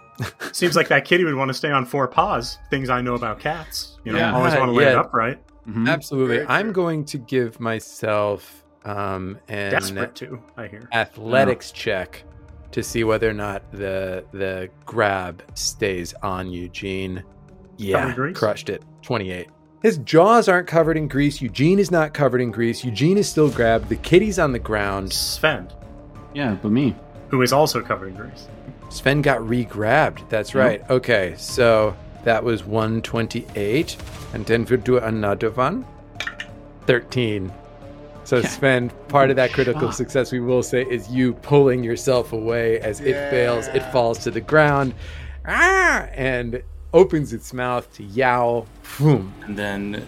D: Seems like that kitty would want to stay on four paws. Things I know about cats. You know,
B: Yeah.
D: always want to lay it
B: Yeah.
D: upright.
E: Mhm.
B: Absolutely.
G: Very
B: I'm
G: true.
B: going to give myself um, an
D: Desperate too, I hear.
B: athletics check to see whether or not the the grab stays on Eugene.
D: Covered
B: Yeah,
D: in grease?
B: crushed it. 28. His jaws aren't covered in grease. Eugene is not covered in grease. Eugene is still grabbed. The kitty's on the ground.
D: Sven,
E: Yeah, but me.
D: who is also covered in grease.
B: Sven got re grabbed. That's right. Okay, so that was 128. And then we'll do another one 13. So,
E: Yeah.
B: Sven, part of that critical
E: Shock.
B: success, we will say, is you pulling yourself away as it fails. It
G: Yeah.
B: falls to the ground ah, and opens its mouth to yowl. Boom.
H: And then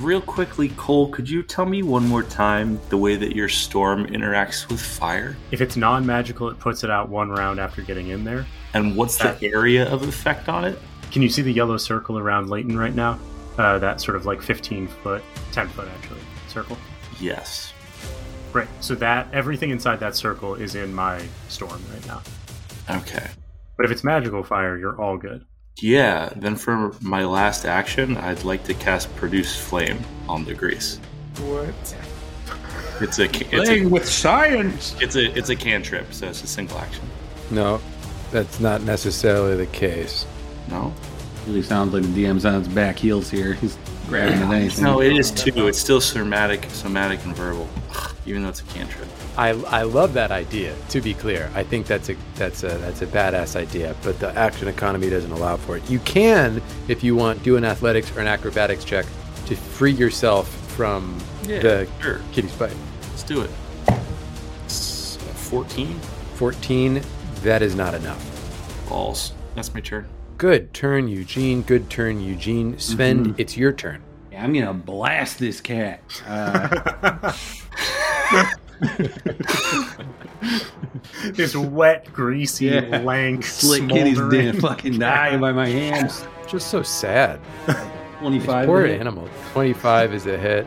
H: Real quickly, Cole, could you tell me one more time the way that your storm interacts with fire?
D: If it's non magical, it puts it out one round after getting in there.
H: And what's the area of effect on it?
D: Can you see the yellow circle around Leighton right now? Uh, that sort of like 15 foot, 10 foot actually, circle.
H: Yes.
D: Right. So that everything inside that circle is in my storm right now.
H: Okay.
D: But if it's magical fire, you're all good.
H: Yeah, then for my last action, I'd like to cast Produce Flame on the grease.
G: What?
H: It's a ca- it's
I: Playing
H: a
I: with science.
H: it's a it's a cantrip, so it's a single action.
B: No, that's not necessarily the case.
H: No,
E: Really sounds like the DM's on his back heels here. He's grabbing at anything.
H: no, it is two. It's still somatic, somatic and verbal, even though it's a cantrip.
B: I, I love that idea. To be clear, I think that's a that's a that's a badass idea, but the action economy doesn't allow for it. You can, if you want, do an athletics or an acrobatics check to free yourself from
H: Yeah,
B: the
H: sure.
B: kitty's bite.
H: Let's do it. It's a uh, Fourteen
B: Fourteen. That is not enough.
H: balls. That's my turn.
B: Good turn, Eugene. Good turn, Eugene. Sven, it's your turn.
E: Yeah, I'm gonna blast this cat. Uh,
D: This wet, greasy,
E: Yeah.
D: lank,
E: slick kitty's
D: smoldering-
E: damn fucking die by my hands.
B: Just so sad.
E: Twenty-five.
B: Poor
E: to hit,
B: animal. Twenty-five is a hit.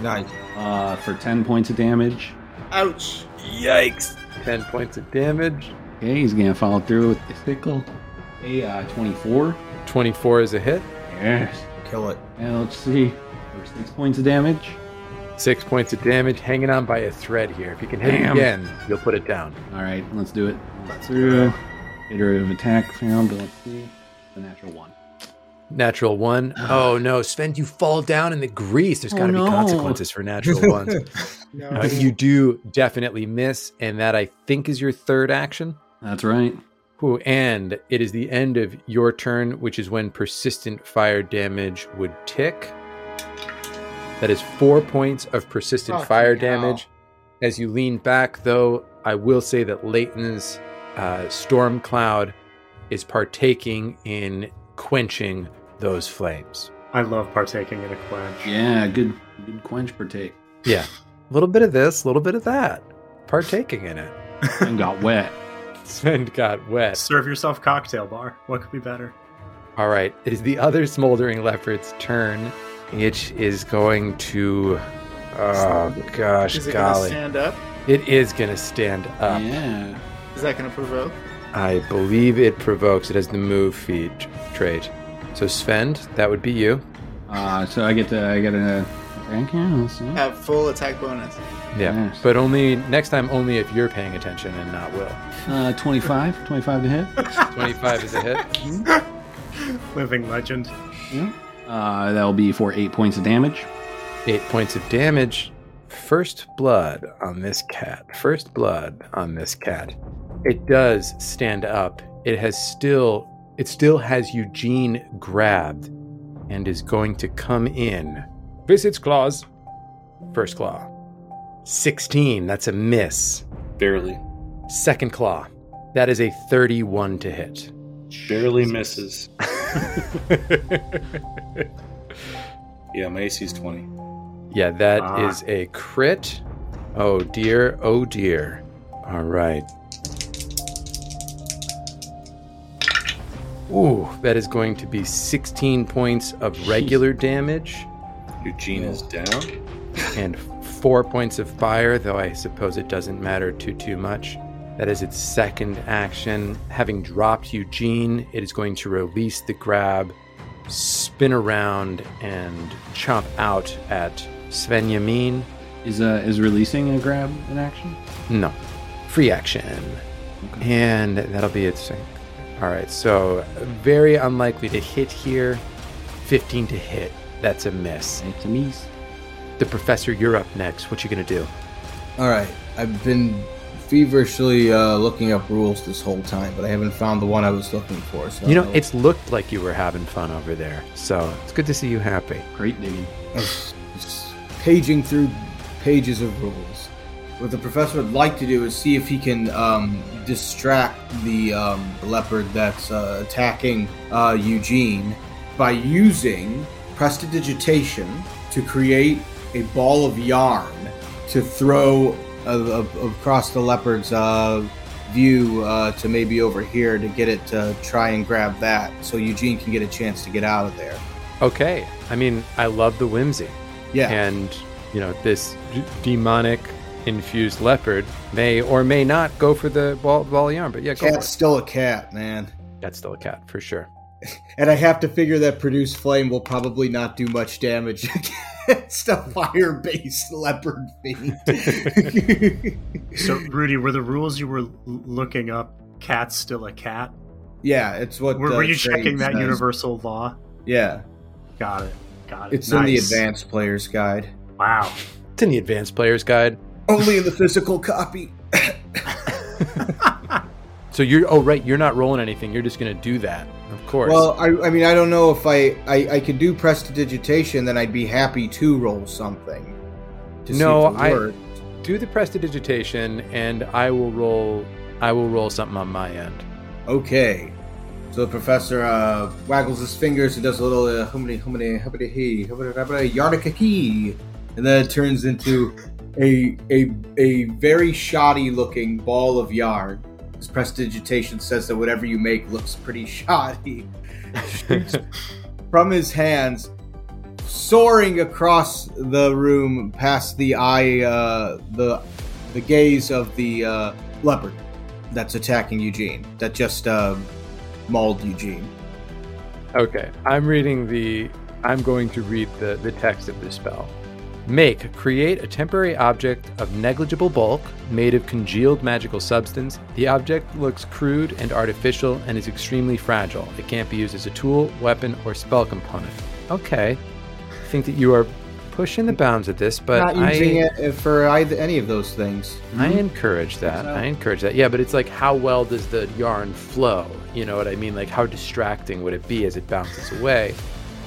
I: Nice.
E: Uh, for ten points of damage.
G: Ouch.
B: Yikes! Ten points of damage.
E: Okay, he's gonna follow through with the sickle. A uh, twenty-four.
B: Twenty-four is a hit.
E: Yes.
I: Kill it.
E: And let's see. For six points of damage.
B: Six points of damage, hanging on by a thread here. If you can hit it
E: Damn.
B: again, you'll put it down.
E: All right, let's do it. Let's through. Iterative attack found. But let's see. The natural one.
B: Natural one. Oh no, Sven, you fall down in the grease. There's
E: Oh,
B: got to
E: no.
B: be consequences for natural ones.
G: No.
B: Uh, you do definitely miss, and that I think is your third action.
E: That's right.
B: Ooh, and it is the end of your turn, which is when persistent fire damage would tick. That is four points of persistent
G: Fucking
B: fire
G: hell.
B: damage. As you lean back, though, I will say that Leighton's uh, storm cloud is partaking in quenching those flames.
D: I love partaking in a quench.
E: Yeah, good, good quench partake.
B: Yeah, a little bit of this, a little bit of that, partaking in it.
E: And got wet.
B: Sven got wet.
D: Serve yourself cocktail bar. What could be better?
B: All right, it is the other smoldering leopard's turn. It is going to. Oh gosh,
G: Is it gonna
B: golly!
G: stand up?
B: it is going to stand up.
E: Yeah.
G: Is that gonna provoke?
B: I believe it provokes. It has the move feed trait. So Sven, that would be you.
E: Uh, so I get to, I get to attack him. let's see.
G: Have full attack bonus.
B: Yeah,
E: Yes.
B: but only next time. Only if you're paying attention and not Will.
E: Uh, 25, 25 to hit.
B: Twenty-five is a hit.
D: Living legend.
E: Yeah. Uh, that'll be for eight points of damage.
B: Eight points of damage. First blood on this cat. First blood on this cat. It does stand up. It has still it still has Eugene grabbed and is going to come in. With its claws. First claw. 16. That's a miss.
H: Barely,
B: Second claw. That is a 31 to hit.
H: barely misses. yeah, my AC is twenty.
B: Yeah, that is
D: Ah.
B: a crit. Oh dear, oh dear. All right. Ooh, that is going to be 16 points of regular damage
H: Eugene is down.
B: and 4 points of fire, though I suppose it doesn't matter too too much. That is its second action. Having dropped Eugene, it is going to release the grab, spin around and chomp out at Svenjamin.
E: Is uh, is releasing a grab an action?
B: No. Free action. And that'll be its thing. All right, so very unlikely to hit here. 15 to hit. That's a miss.
E: It's a miss.
B: The professor, you're up next. What you gonna do?
F: All right, I've been feverishly uh, looking up rules this whole time, but I haven't found the one I was looking for. So
B: You know, it's looked like you were having fun over there, so it's good to see you happy.
E: Great digging.
F: it's paging through pages of rules. What the professor would like to do is see if he can um, distract the um, leopard that's uh, attacking uh, Eugene by using prestidigitation to create a ball of yarn to throw a, a, across the leopard's uh, view uh, to maybe over here to get it to try and grab that so Eugene can get a chance to get out of there.
B: Okay. I mean, I love the whimsy.
F: Yeah.
B: And, you know, this d- demonic infused leopard may or may not go for the ball, ball of yarn, but yeah, go for
F: Cat's
B: it.
F: still a cat, man.
B: That's still a cat for sure.
F: And I have to figure that produce flame will probably not do much damage against a fire based leopard fiend.
D: So, Rudy, were the rules you were l- looking up cat's still a cat?
F: yeah, it's what.
D: Were,
F: the
D: were you
F: saying
D: checking that
F: says.
D: universal law?
F: Yeah,
D: Got it. Got it.
F: it's in the
D: Nice.
F: advanced player's guide.
D: Wow.
B: It's in the advanced player's guide.
F: Only in the physical copy.
B: So you're, oh, right. You're not rolling anything. You're just going to do that. Of course.
F: Well, I, I mean, I don't know if I, I I could do prestidigitation, then I'd be happy to roll something. To
B: No,
F: see if it
B: I-
F: worked.
B: do the prestidigitation and I will roll, I will roll something on my end.
F: Okay. So the professor uh, waggles his fingers and does a little uh, humity, humity, humity, hey, humity, humity, yarnica key, and then it turns into a a a very shoddy looking ball of yarn. His prestidigitation says that whatever you make looks pretty shoddy. Shoots from his hands, soaring across the room past the eye, uh, the the gaze of the uh, leopard that's attacking Eugene. That just uh, mauled Eugene.
B: Okay, I'm reading the. I'm going to read the, the text of this spell. Make, create a temporary object of negligible bulk made of congealed magical substance. The object looks crude and artificial and is extremely fragile. It can't be used as a tool, weapon, or spell component. Okay, I think that you are pushing the bounds of this, but
F: Not
B: I,
F: using it for either, any of those things.
B: I encourage that. I encourage that. Yeah, but it's like, how well does the yarn flow? You know what I mean? Like, how distracting would it be as it bounces away?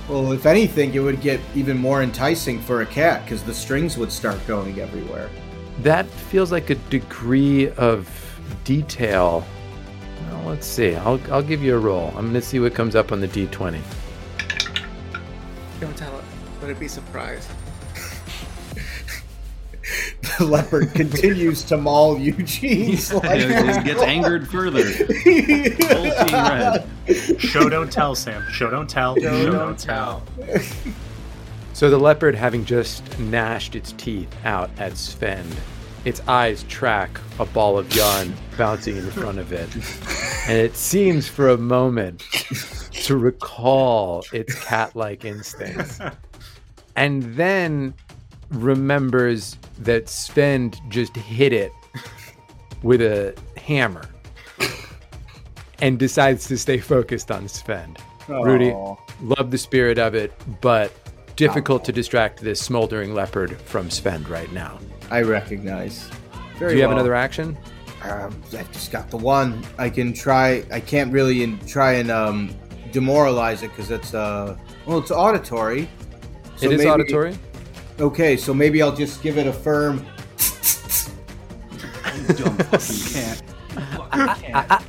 F: Well, if anything, it would get even more enticing for a cat because the strings would start going everywhere.
B: that feels like a degree of detail. Well, let's see. I'll, I'll give you a roll. I'm going to see what comes up on the d20.
G: Don't tell it. Let it be surprised.
F: The leopard continues to maul Eugene's
E: It
F: like.
E: gets angered further. Full team red.
D: Show don't tell, Sam. Show don't tell. Show don't tell.
B: So the leopard, having just gnashed its teeth out at Sven, its eyes track a ball of yarn bouncing in front of it. And it seems for a moment to recall its cat like instincts. And then remembers that Sven just hit it with a hammer and decides to stay focused on Sven. Rudy, love the spirit of it, but difficult to distract this smoldering leopard from Sven right now.
F: I recognize. Very
B: Do you have
F: well.
B: another action?
F: Um, I've just got the one. I can try. I can't really in, try and um, demoralize it because it's uh, well, it's auditory. So
B: it is
F: maybe-
B: auditory.
F: Okay, so maybe I'll just give it a firm.
E: You dumb fucking cat. You fucking cat.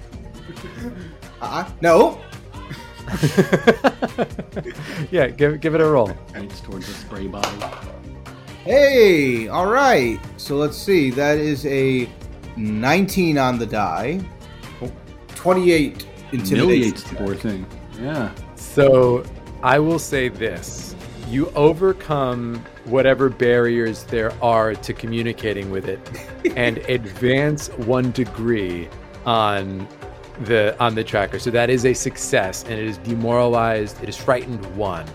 F: Uh, no,
B: yeah, give give it a roll.
E: Points towards the spray bottle.
F: Hey, all right. So let's see. That is a 19 on the die. 28
E: Humiliates the
F: intimidation.
E: poor thing. Yeah.
B: So I will say this. You overcome whatever barriers there are to communicating with it and advance one degree on the on the tracker. So that is a success and it is demoralized, it is frightened one.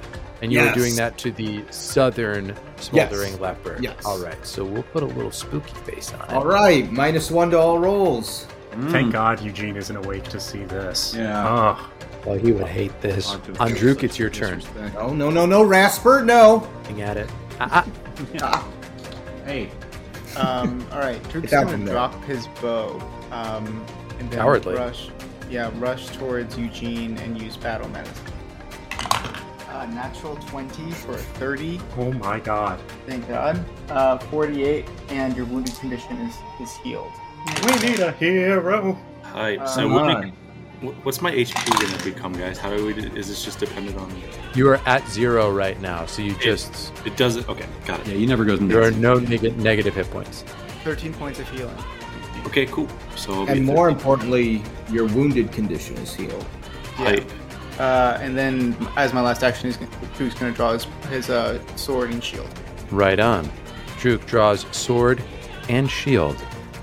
B: And you are
F: Yes.
B: doing that to the southern smoldering leopard.
F: Yes.
B: All right. So we'll put a little spooky face on it.
F: All right, minus one to all rolls.
E: Mm.
D: Thank God Eugene isn't awake to see this.
E: Yeah.
D: Oh,
B: Oh, he would hate this.
E: Hard to
B: Andruk,
E: feel
B: it's your
E: such
B: turn.
E: disrespect.
F: No, no, no, no, Rasper, no.
B: Looking at it. Ah, ah.
E: Hey,
G: Um, all right, Droop's
F: It's out
G: gonna
F: from there.
G: drop his bow um, and then
B: Cowardly.
G: rush. Yeah, rush towards Eugene and use battle medicine. Uh, natural twenty for a thirty.
D: oh my God.
G: Thank God. Uh, Forty-eight, and your wounded condition is is healed.
D: We need a hero.
H: Hi.
G: Uh,
H: so when we,
F: Fine.
H: Wh- What's my HP going to become, guys? How do we? do- Is this just dependent on?
B: You are at zero right now, so you just
H: It doesn't. Okay, got
E: Yeah,
H: it.
E: you never goes in
B: there are
E: there.
B: no neg- negative hit points.
G: 13 points of healing.
H: Okay, cool. So it'll be
F: And
H: a
F: more importantly, your wounded condition is healed.
H: Hype.
G: Uh, and then, as my last action, he's gonna, Drew's going to draw his, his uh, sword and shield,
B: Right on. Druk draws sword and shield.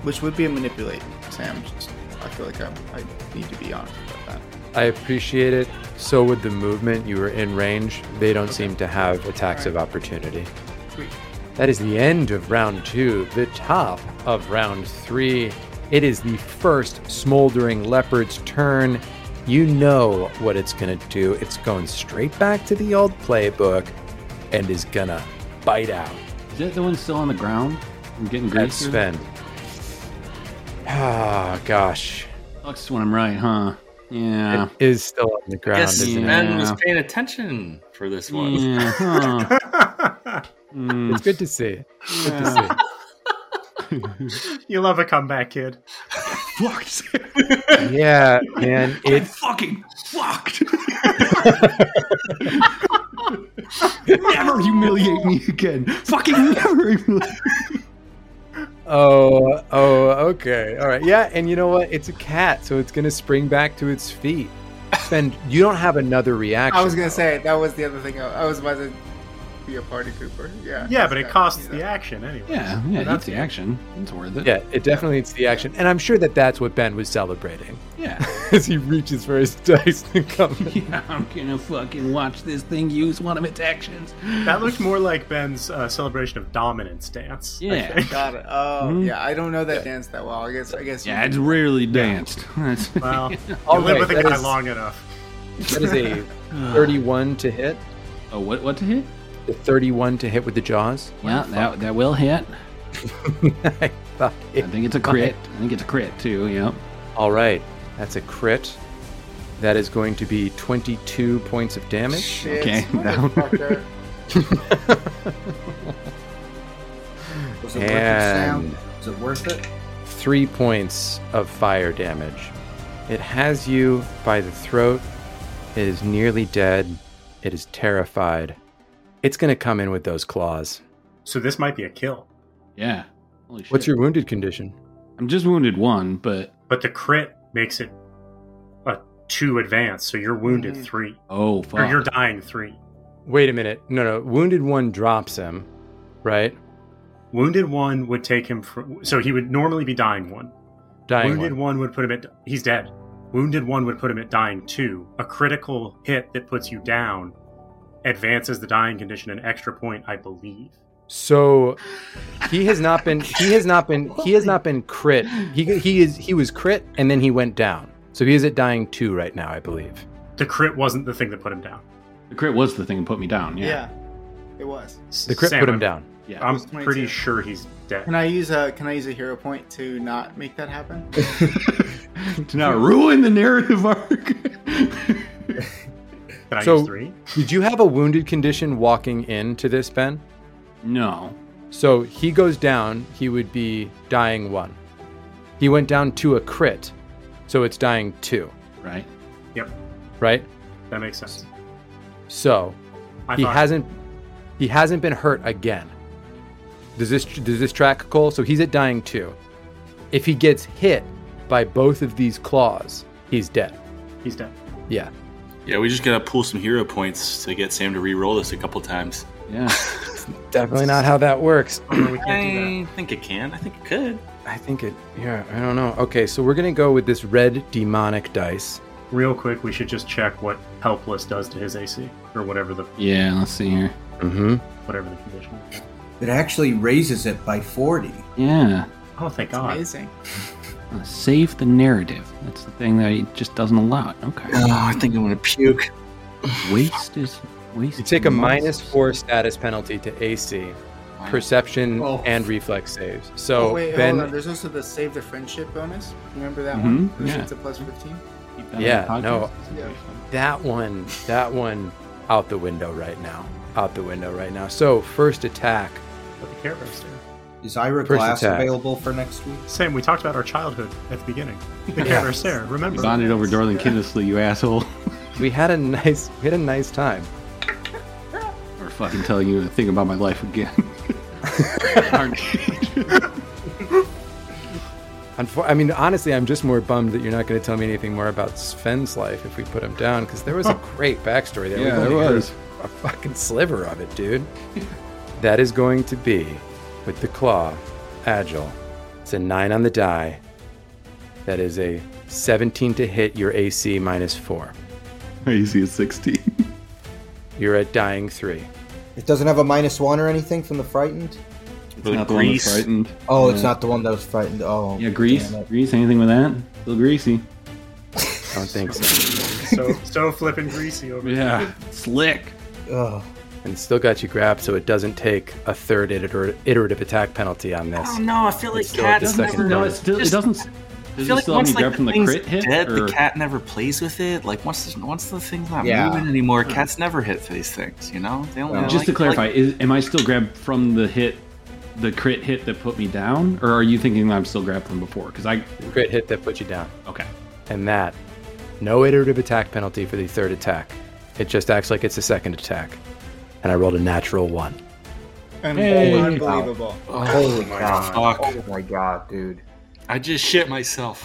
G: which would be a manipulate. Sam, just, I feel like I, I need to be honest about that.
B: I appreciate it. So would the movement. You were in range. They don't seem to have attacks of opportunity.
G: Sweet.
B: That is the end of round two, the top of round three. It is the first smoldering leopard's turn. You know what it's going to do. It's going straight back to the old playbook and is going to bite out
E: Is that the one still on the ground? I'm getting
B: at
E: grease. through it?
B: Sven. Ah, gosh.
E: Sucks when I'm right, huh? Yeah.
B: It is still on the ground,
H: Yes,
B: isn't it?
H: Ben was
E: Yeah.
H: paying attention for this one.
E: Yeah. huh. Mm,
B: It's good to see. Good to
E: yeah.
B: see.
D: you love a comeback, kid.
F: Fucked.
B: Yeah, and it
F: fucking fucked. never humiliate me again. Fucking never.
B: oh oh okay all right yeah and you know what it's a cat so it's gonna spring back to its feet and you don't have another reaction
G: I was going
B: though.
G: to say, that was the other thing. I, I was about to be a party pooper. Yeah.
D: Yeah, but it
G: Yeah,
D: costs
G: yeah.
D: the action anyway.
E: yeah, yeah, that's the action. It's worth it.
B: yeah it definitely it's the action and I'm sure that that's what Ben was celebrating
E: Yeah.
B: as he reaches for his dice to come
E: Yeah, I'm gonna fucking watch this thing use one of its actions.
D: That looked more like Ben's uh, celebration of dominance dance. I
E: Yeah.
D: think.
G: Got it. Oh,
E: Mhm.
G: yeah. I don't know that dance that well. I guess. I guess.
E: Yeah,
G: you-
E: it's rarely danced. That's-
D: Well, you
B: All
D: live
B: right,
D: with a
B: that
D: guy
B: is-
D: long enough.
B: that is a 31 to hit
E: Oh, what what to hit?
B: the 31 to hit with the jaws
E: Yeah, that that will hit.
B: I thought
E: I
B: it-
E: think it's a crit. I think it's a crit too. Yep.
B: all right that's a crit that is going to be 22 points of damage
G: Shit,
E: Okay, down.
G: motherfucker.
F: Was it worth it,
B: and
F: Sam? Was it worth it?
B: three points of fire damage. It has you by the throat. It is nearly dead. It is terrified. It's going to come in with those claws.
D: So this might be a kill.
E: Yeah. Holy shit.
B: What's your wounded condition?
E: I'm just wounded one, but
D: But the crit makes it a two advance, so you're wounded
G: Mhm.
D: three.
E: oh fuck.
D: Or you're dying three.
B: Wait a minute. No, no. Wounded one drops him, right?
D: Wounded one would take him from. So he would normally be dying one.
B: Dying
D: Wounded
B: one.
D: one. would put him at. He's dead. Wounded one would put him at dying two. A critical hit that puts you down advances the dying condition an extra point, I believe.
B: So he has not been. He has not been. He has not been crit. He he is. He was crit, and then he went down. So he is at dying two right now, I believe.
D: The crit wasn't the thing that put him down.
E: the crit was the thing that put me down.
G: yeah.
E: Yeah.
G: it was.
B: The crit
D: Sam,
B: put him
D: I'm-
B: down.
E: Yeah.
D: I'm
G: was 22.
D: pretty sure he's dead.
G: Can I use a Can I use a hero point to not make that happen?
E: to not ruin the narrative arc.
D: Can I
B: So-
D: use three?
B: Did you have a wounded condition walking into this, Ben?
E: no.
B: So he goes down, he would be dying one. He went down to a crit, so it's dying two,
E: Right.
B: right?
D: That makes sense.
B: So
D: I
B: he
D: thought-
B: hasn't he hasn't been hurt again. Does this does this track Cole? So he's at dying two. If he gets hit by both of these claws, he's dead.
D: He's dead.
B: Yeah.
H: Yeah, we just gotta pull some hero points to get Sam to re-roll this a couple times.
E: Yeah.
B: Definitely not how that works.
D: Oh, no, we can't do that.
H: I think it can. I think it could.
B: I think it yeah, I don't know. Okay, so we're gonna go with this red demonic dice.
D: Real quick, we should just check what helpless does to his AC or whatever the
E: Yeah. Let's see here.
B: Mm-hmm.
D: whatever the condition. Is.
F: It actually raises it by forty.
E: Yeah.
D: Oh, thank
G: It's
D: God!
G: amazing.
E: Uh, Save the narrative. That's the thing that it just doesn't allow. it. Okay.
H: I think I'm gonna puke.
E: waste is waste.
B: You take a
E: is-
B: minus four status penalty to AC, perception,
F: Oh.
B: and reflex saves.
G: Oh,
B: So
G: wait,
B: Ben,
G: hold on. There's also the save the friendship bonus. Remember that
E: Mhm,
G: one? Which
E: yeah.
G: It's a plus fifteen.
E: Keep that on
B: Yeah,
E: the podcast.
B: no.
G: Yeah.
B: that one, that one, out the window right now. Out the window right now. So first attack,
D: But the care bears do.
F: Is Ira
B: First
F: Glass
B: attack.
F: available for next week?
D: Sam, we talked about our childhood at the beginning. The
F: Yeah.
D: camera's there. Remember?
E: Bonded over Dorlan Kindersley, you asshole.
B: We had a nice, we had a nice time.
E: Or fucking telling you a thing about my life again. Aren't-
B: Unfor- I mean, honestly, I'm just more bummed that you're not going to tell me anything more about Sven's life if we put him down, because there was a great backstory there.
E: yeah,
B: We've
E: there
B: only heard
E: was.
B: a fucking sliver of it, dude. that is going to be with the claw, agile. It's a nine on the die. That is a 17 to hit your AC minus four.
E: AC is 16.
B: You're at dying three.
F: It doesn't have a minus one or anything from the frightened.
E: It's
H: Really
E: not the one that's
H: grease.
E: frightened.
F: Oh, it's
E: Yeah.
F: not the one that was frightened. Oh,
E: Yeah, grease.
F: damn it.
E: Grease, anything with that? Still greasy.
B: I don't think so.
D: So so flippin' greasy over here.
E: Yeah. Slick.
F: Ugh.
B: And it's still got you grabbed, so it doesn't take a third iter- iterative attack penalty on this.
H: Oh no, I feel like
B: It's still at the
H: cats
B: second
H: never.
E: No,
B: Yeah.
E: it still it
H: Just-
E: doesn't.
H: I
E: Does
H: feel
E: it
H: like
E: still only
H: once like,
E: grab
H: the
E: from the
H: thing's
E: crit hit?
H: dead,
E: or-
H: the cat never plays with it. Like once the, once the thing's not
F: Yeah.
H: moving anymore, cats never hit these things. You know, they only
F: Yeah.
E: Hmm. Just
H: like-
E: to clarify,
H: like-
E: is, am I still grabbed from the hit, the crit hit that put me down, or are you thinking I'm still grabbed from before? Because I
B: Crit hit that put you down.
E: okay,
B: and that. No iterative attack penalty for the third attack. It just acts like it's a second attack. And I rolled a natural one.
G: Un-
E: Hey.
G: Unbelievable.
H: oh,
F: Holy
H: my
F: God.
H: fuck!
F: Oh my god, dude.
H: I just shit myself.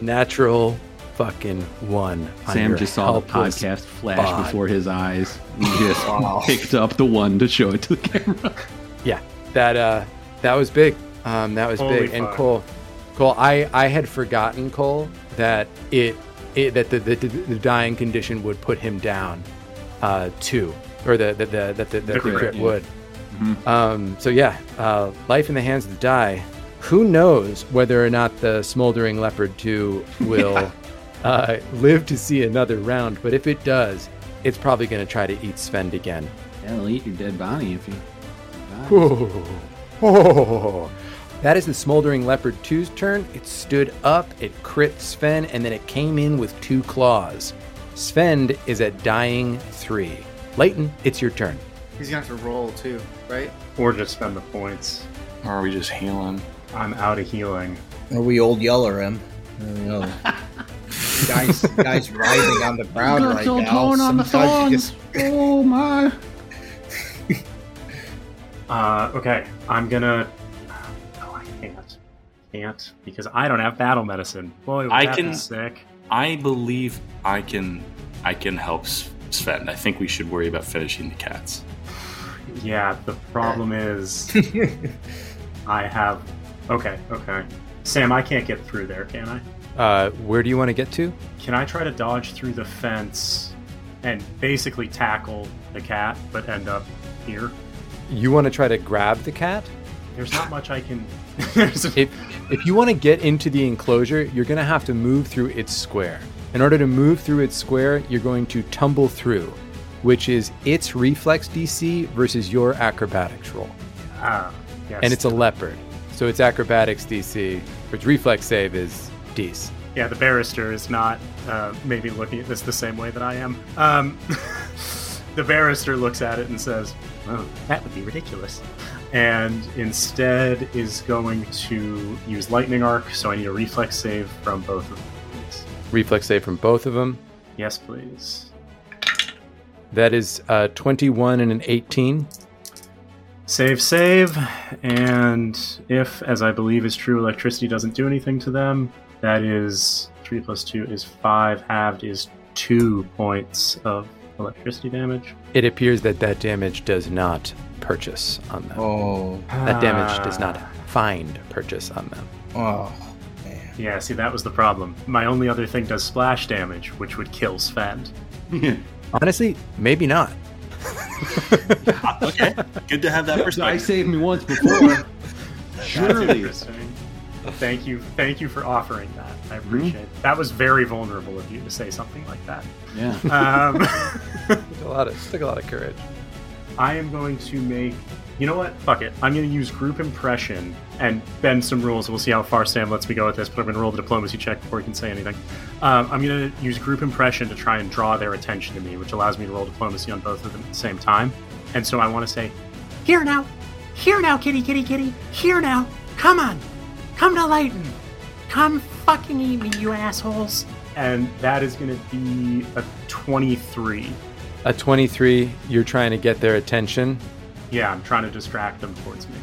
B: Natural fucking one. on
E: Sam
B: your
E: just saw the
B: helpless-
E: podcast flash
B: bod.
E: before his eyes. And he just picked up the one to show it to the camera.
B: Yeah, that uh, that was big. Um, that was
D: Holy
B: big. And
D: fuck.
B: Cole, Cole, I I had forgotten Cole that it, it that the, the the dying condition would put him down, uh, two or the the the that the, the,
D: The
B: crit,
D: crit,
E: yeah.
B: would. Um, so yeah, uh, life in the hands of the die. Who knows whether or not the smoldering leopard two will uh, live to see another round? But if it does, it's probably going to try to eat Svend again.
E: That'll eat your dead body if you.
B: Oh, oh. That is the Smoldering Leopard 2's turn. It stood up, it crit Sven, and then it came in with two claws. Sven is at dying three. Leighton, it's your turn.
G: He's gonna have to roll too, right?
D: Or just spend the points.
H: Or are we just healing?
D: I'm out of healing.
F: Are we old yeller him? I don't know. guys, guys writhing on the ground right now. Sometimes you just-
E: Oh my!
D: Uh, okay, I'm gonna. Oh, I can't. Can't because I don't have battle medicine. Boy, would
H: I
D: that be
H: can-
D: sick.
H: I believe I can. I can help S- Sven. I think we should worry about finishing the cats.
D: Yeah, the problem is I have. Okay, okay. Sam, I can't get through there, can I?
B: Uh, where do you want to get to?
D: Can I try to dodge through the fence and basically tackle the cat, but end up here?
B: You want to try to grab the cat?
D: There's not much I can. There's
B: If, if you want to get into the enclosure, you're going to have to move through its square. In order to move through its square, you're going to tumble through, which is its reflex DC versus your acrobatics roll.
D: Ah, yes.
B: and it's a leopard. So its acrobatics DC, which reflex save is DC.
D: Yeah, the barrister is not uh, maybe looking at this the same way that I am. Um, the barrister looks at it and says, "Oh, that would be ridiculous," and instead is going to use lightning arc. So I need a reflex save from both of them. Please.
B: Reflex save from both of them.
D: Yes, please.
B: That is uh, 21 and an 18.
D: Save, save, and if, as I believe is true, electricity doesn't do anything to them, that is three plus two is five, halved is two points of electricity damage.
B: It appears that that damage does not purchase on them.
F: Oh,
D: Uh,
B: That damage does not find purchase on them.
F: oh, man.
D: Yeah, see, that was the problem. My only other thing does splash damage, which would kill Sven.
B: Honestly, maybe not.
H: okay, good to have that
E: I
H: perspective.
E: saved me once before. Surely.
D: That's interesting. Thank you, thank you for offering that. I
E: Hmm?
D: appreciate it. That was very vulnerable of you to say something like that.
E: Yeah.
D: Um,
B: Took a lot of, took a lot of courage.
D: I am going to make. You know what? Fuck it. I'm going to use group impression and bend some rules. We'll see how far Sam lets me go with this, but I'm going to roll the diplomacy check before he can say anything. Um, I'm going to use group impression to try and draw their attention to me, which allows me to roll diplomacy on both of them at the same time. And so I want to say,
I: Here now. Here now, kitty, kitty, kitty. Here now. Come on. Come to Leighton. Come fucking eat me, you assholes.
D: and that is going to be a 23.
B: A 23, you're trying to get their attention.
D: Yeah, I'm trying to distract them towards me.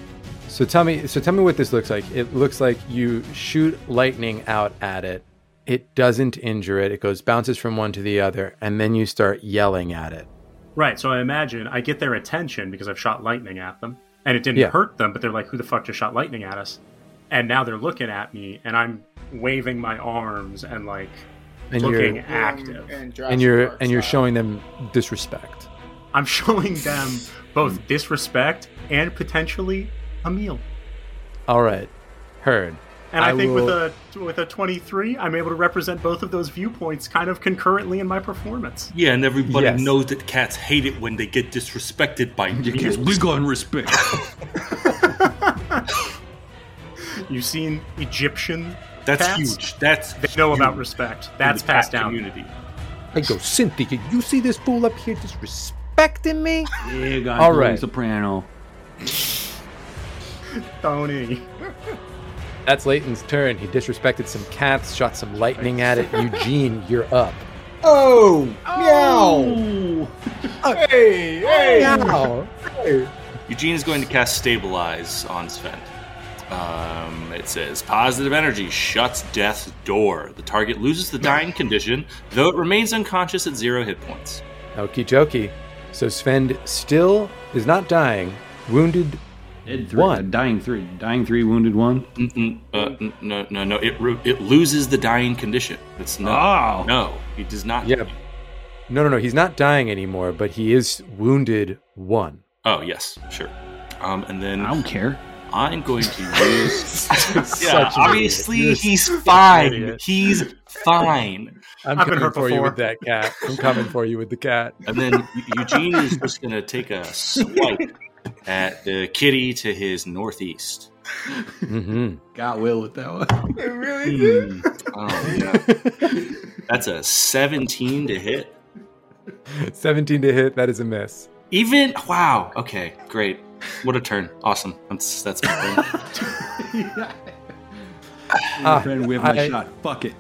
B: So tell me, so tell me what this looks like. It looks like you shoot lightning out at it. It doesn't injure it. It goes bounces from one to the other, and then you start yelling at it.
D: Right, so I imagine I get their attention because I've shot lightning at them, and it didn't
B: Yeah.
D: hurt them, but they're like, who the fuck just shot lightning at us? And now they're looking at me, and I'm waving my arms and like
B: And
D: looking
B: you're
D: active.
G: Jurassic
B: and you're
G: Park
B: and you're
G: style.
B: showing them disrespect.
D: I'm showing them
H: Hmm.
D: both disrespect and potentially a meal.
B: All right, heard.
D: And I,
B: I
D: think
B: will-
D: with a with a 23, I'm able to represent both of those viewpoints kind of concurrently in my performance.
H: Yeah, and everybody
B: Yes.
H: knows that cats hate it when they get disrespected by
E: Because
H: meals.
E: we got respect.
D: You've seen Egyptian
H: That's
D: cats?
H: huge. That's
D: They know about
H: huge
D: respect.
H: in the
D: That's passed
H: cat
D: down.
H: Community.
B: I go, Cynthia, you see this fool up here disrespecting me?
E: Big on
B: All
E: Tony
B: right.
E: Soprano.
D: Tony.
B: That's Leighton's turn. He disrespected some cats, shot some lightning at it. Eugene, you're up.
F: Oh, meow!
D: Oh!
G: Hey, hey.
H: Eugene is going to cast Stabilize on Sven. Um, it says positive energy shuts death's door. The target loses the dying condition, though it remains unconscious at zero hit points.
B: Okie dokie. So Sven still is not dying, wounded.
E: Dead three.
B: One.
E: Dying three. Dying three, wounded one.
H: Mm-mm, uh, n- no, no, no. It ru- it loses the dying condition. It's no,
B: Ah.
E: Oh.
H: no. He does not.
B: Yeah. No, no, no. He's not dying anymore, but he is wounded one.
H: Oh yes, sure. Um, and then
E: I don't care.
H: I'm going to use. yeah,
B: Such an
H: obviously
B: idiot.
H: he's fine.
B: idiot.
H: He's fine.
B: I'm
D: I've been
B: coming
D: hurt
B: for you
D: before.
B: with that cat. I'm coming for you with the cat.
H: And then Eu- Eugene is just going to take a swipe at the kitty to his northeast.
B: Mm-hmm.
F: Got Will with that one.
G: It really did.
E: Hmm.
H: Oh yeah, that's a 17 to hit.
B: 17 to hit. That is a miss.
H: Even wow. Okay, great. What a turn. Awesome. That's that's my turn.
B: Ah,
E: friend, we have my
B: I-
E: shot. Fuck it.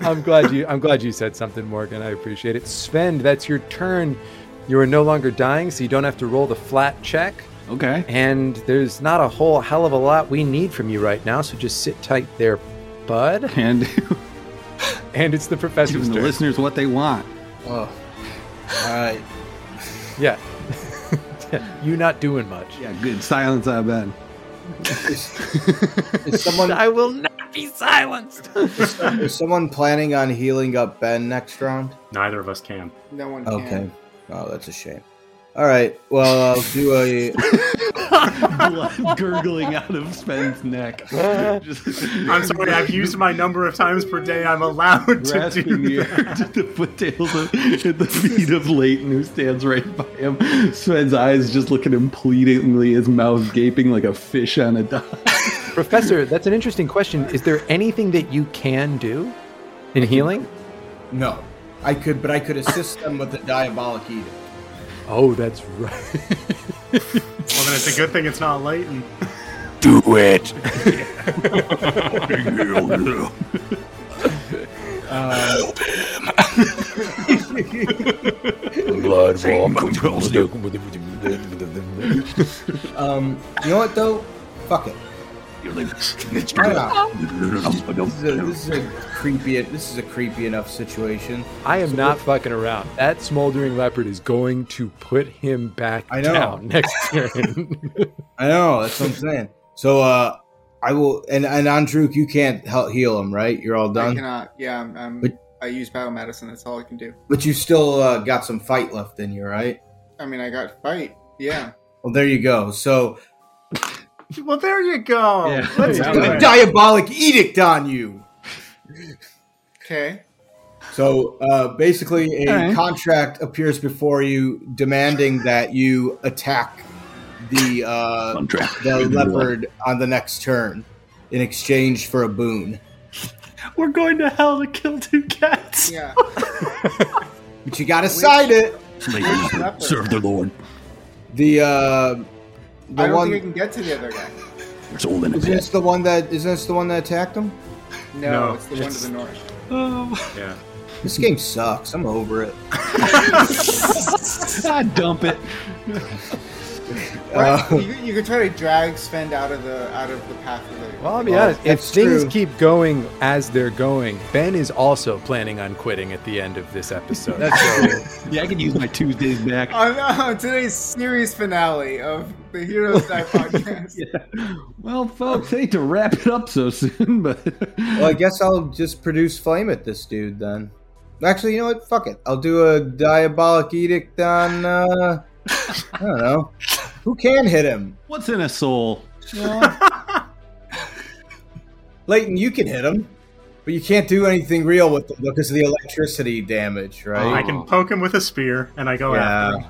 B: I'm glad you. I'm glad you said something, Morgan. I appreciate it. Sven, that's your turn. You are no longer dying, so you don't have to roll the flat check.
E: Okay.
B: And there's not a whole hell of a lot we need from you right now, so just sit tight there, bud.
E: And
B: And it's the professor's
E: giving the
B: turn.
E: listeners what they want.
F: Oh. All right.
B: Yeah. Yeah, you not doing much.
E: Yeah, good silence, I bet.
F: Is someone
B: I will not be silenced.
F: is someone planning on healing up Ben next round?
D: Neither of us can.
G: No one can.
F: Okay. Oh, that's a shame. All right. Well, I'll do a.
E: Blood gurgling out of Sven's neck. Just
D: I'm sorry, I've used my number of times per day I'm allowed to
E: grasping
D: do
E: the
D: that.
E: air to the foottails of at the feet of Leighton, who stands right by him. Sven's eyes just look at him pleadingly, his mouth gaping like a fish on a dock.
B: Professor, that's an interesting question. Is there anything that you can do in healing?
F: No, I could, but I could assist them with the diabolic edict.
B: Oh, that's right.
D: Well, then it's a good thing it's not Leighton.
A: Do it. Blood walk.
F: Um, you know what though? Fuck it. Why not? This is, a, this is a creepy. This is a creepy enough situation.
B: I am not fucking around. That smoldering leopard is going to put him back
F: I know.
B: down next turn.
F: I know. That's what I'm saying. So, uh, I will. And and Andruk, you can't help heal him, right? You're all
G: I
F: done,
G: cannot. Yeah, I'm, I'm,
F: But-
G: I use battle medicine. That's all I can do.
F: but you still uh, got some fight left in you, right?
G: I mean, I got fight. Yeah.
F: Well, there you go. So,
D: Well, there you go.
E: Yeah.
D: Let's
E: Yeah.
D: do
F: a
D: it.
F: diabolic edict on you.
G: Okay.
F: So uh, basically, a
E: All right.
F: contract appears before you demanding that you attack the uh, the leopard on the next turn in exchange for a boon.
E: We're going to hell to kill two cats.
G: Yeah.
F: But you gotta side it.
G: Which leopard?
F: The uh,
G: I
F: The
G: don't
F: one
G: think I can get to the other guy.
A: It's all in a
F: isn't this the one that isn't this the one that attacked him?
G: No,
D: No,
G: it's the one to
D: it's-
G: the north.
D: Yeah.
F: This game sucks. I'm over it.
E: I Ah, dump it.
F: Uh,
G: Right? you, you could try to drag Sven out of the out of the path of the.
B: Well, I'll be
F: Well,
B: honest. If
F: that's
B: things
F: true.
B: keep going as they're going, Ben is also planning on quitting at the end of this episode.
E: Yeah, I could use my Tuesdays back.
G: on, on today's series finale of the Heroes Die podcast.
E: Well, folks, hate to wrap it up so soon, but
F: well, I guess I'll just produce flame at this dude then. Actually, you know what? Fuck it. I'll do a diabolic edict on. Uh, I don't know. Who can hit him?
E: what's in a soul?
F: Leighton, you can hit him, but you can't do anything real with him because of the electricity damage, right?
D: I can poke him with a spear and I go after him.
F: yeah.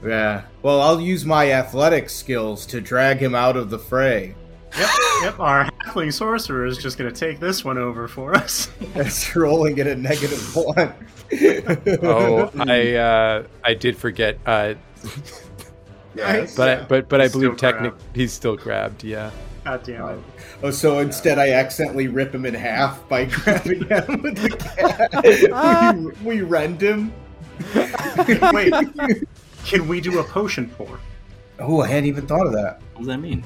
F: Yeah. Well, I'll use my athletic skills to drag him out of the fray.
D: Yep, yep. Our halfling sorcerer is just going to take this one over for us.
F: That's rolling at a negative one.
B: oh, I uh, I did forget, uh,
F: Yes.
B: but I, but but I
D: He's
B: believe
D: still
B: technic he's still grabbed. Yeah.
D: God damn it.
F: Oh, so instead I accidentally rip him in half by grabbing him with the cat. we, we rend him.
D: Wait, can we do a potion pour?
F: Oh, I hadn't even thought of that.
H: What does that mean?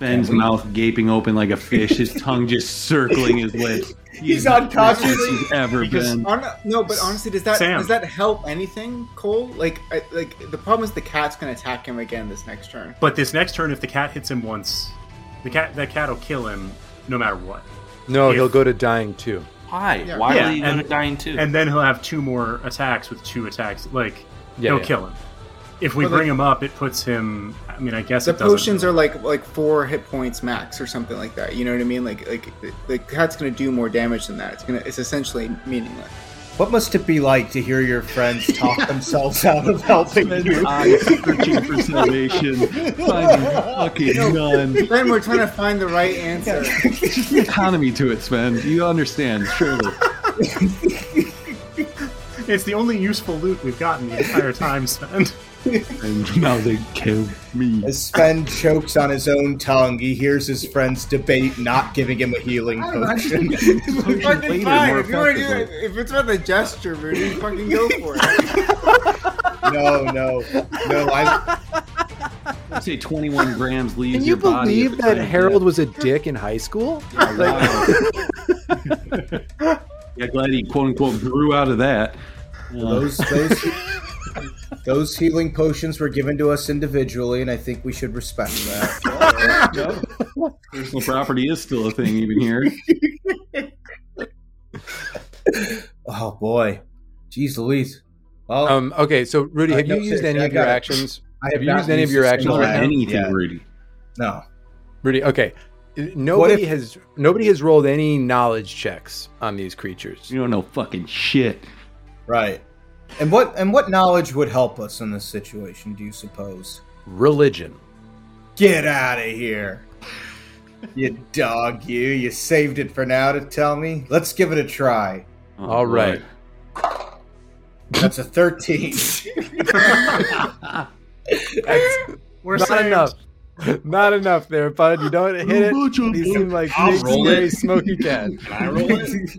E: Ben's mouth gaping open like a fish, his tongue just circling his lips.
F: He's
E: the
F: unconscious.
E: best he's ever
D: Because-
E: been.
G: On, no, but honestly, does that
D: Sam.
G: does that help anything, Cole? Like, I, like the problem is the cat's gonna attack him again this next turn.
D: But this next turn, if the cat hits him once, the cat that cat will kill him no matter what.
B: No,
D: If-
B: he'll go to dying too.
H: Why?
G: Yeah.
H: Why
D: Yeah,
H: are you
D: and-
H: going to dying too?
D: And then he'll have two more attacks with two attacks. Like
B: Yeah,
D: he'll
B: yeah.
D: kill him. If we
G: Well,
D: bring him up, it puts him. I mean, I guess
G: The
D: it doesn't
G: potions
D: really-
G: are like like four hit points max or something like that. You know what I mean? Like like the, the cat's gonna do more damage than that. It's gonna it's essentially meaningless.
F: What must it be like to hear your friends talk themselves out of helping you?
E: Eyes searching for salvation, finding fucking none.
G: Then we're trying to find the right answer.
E: It's just the economy to it, Sven. You understand, surely.
D: It's the only useful loot we've gotten the entire time spent.
E: And now they kill me.
F: As Sven chokes on his own tongue, he hears his friends debate not giving him a healing potion.
G: Fucking fine. If, you wanna do it,
E: effectively.
G: if it's about the gesture, Rudy, fucking go for it.
F: no, no, no. I'm,
E: I'd say 21 grams leaves
B: Can you
E: your body at
B: believe
E: the
B: that
E: time of
B: Harold
E: death.
B: was a dick in high school?
E: Yeah, glad he quote unquote grew out of that.
F: those, those, those healing potions were given to us individually, and I think we should respect that.
E: Personal property is still a thing even here.
F: Oh boy, jeez, Louise. Well,
B: Um. Okay. So Rudy,
F: Uh,
B: have
F: no,
B: you used
F: seriously,
B: any
F: I
B: of your
F: got it.
B: actions?
F: I
B: have you used any of your
F: this
B: actions
F: single
E: Not
B: Not
F: round
E: anything,
F: yet.
E: Rudy.
F: No.
B: Rudy, okay. Uh, Nobody
F: if-
B: has nobody has rolled any knowledge checks on these creatures.
E: You don't know fucking shit.
F: Right. And what and what knowledge would help us in this situation? Do you suppose?
B: Religion.
F: Get out of here. You dog, you. You saved it for now to tell me? Let's give it a try.
B: All right.
F: That's a 13.
D: We're
B: Not
D: saved.
B: enough. Not enough there, bud. You don't hit it. You seem like
H: I'll
B: big,
H: roll
B: scary
H: it.
B: smoky cat.
H: Can I roll it?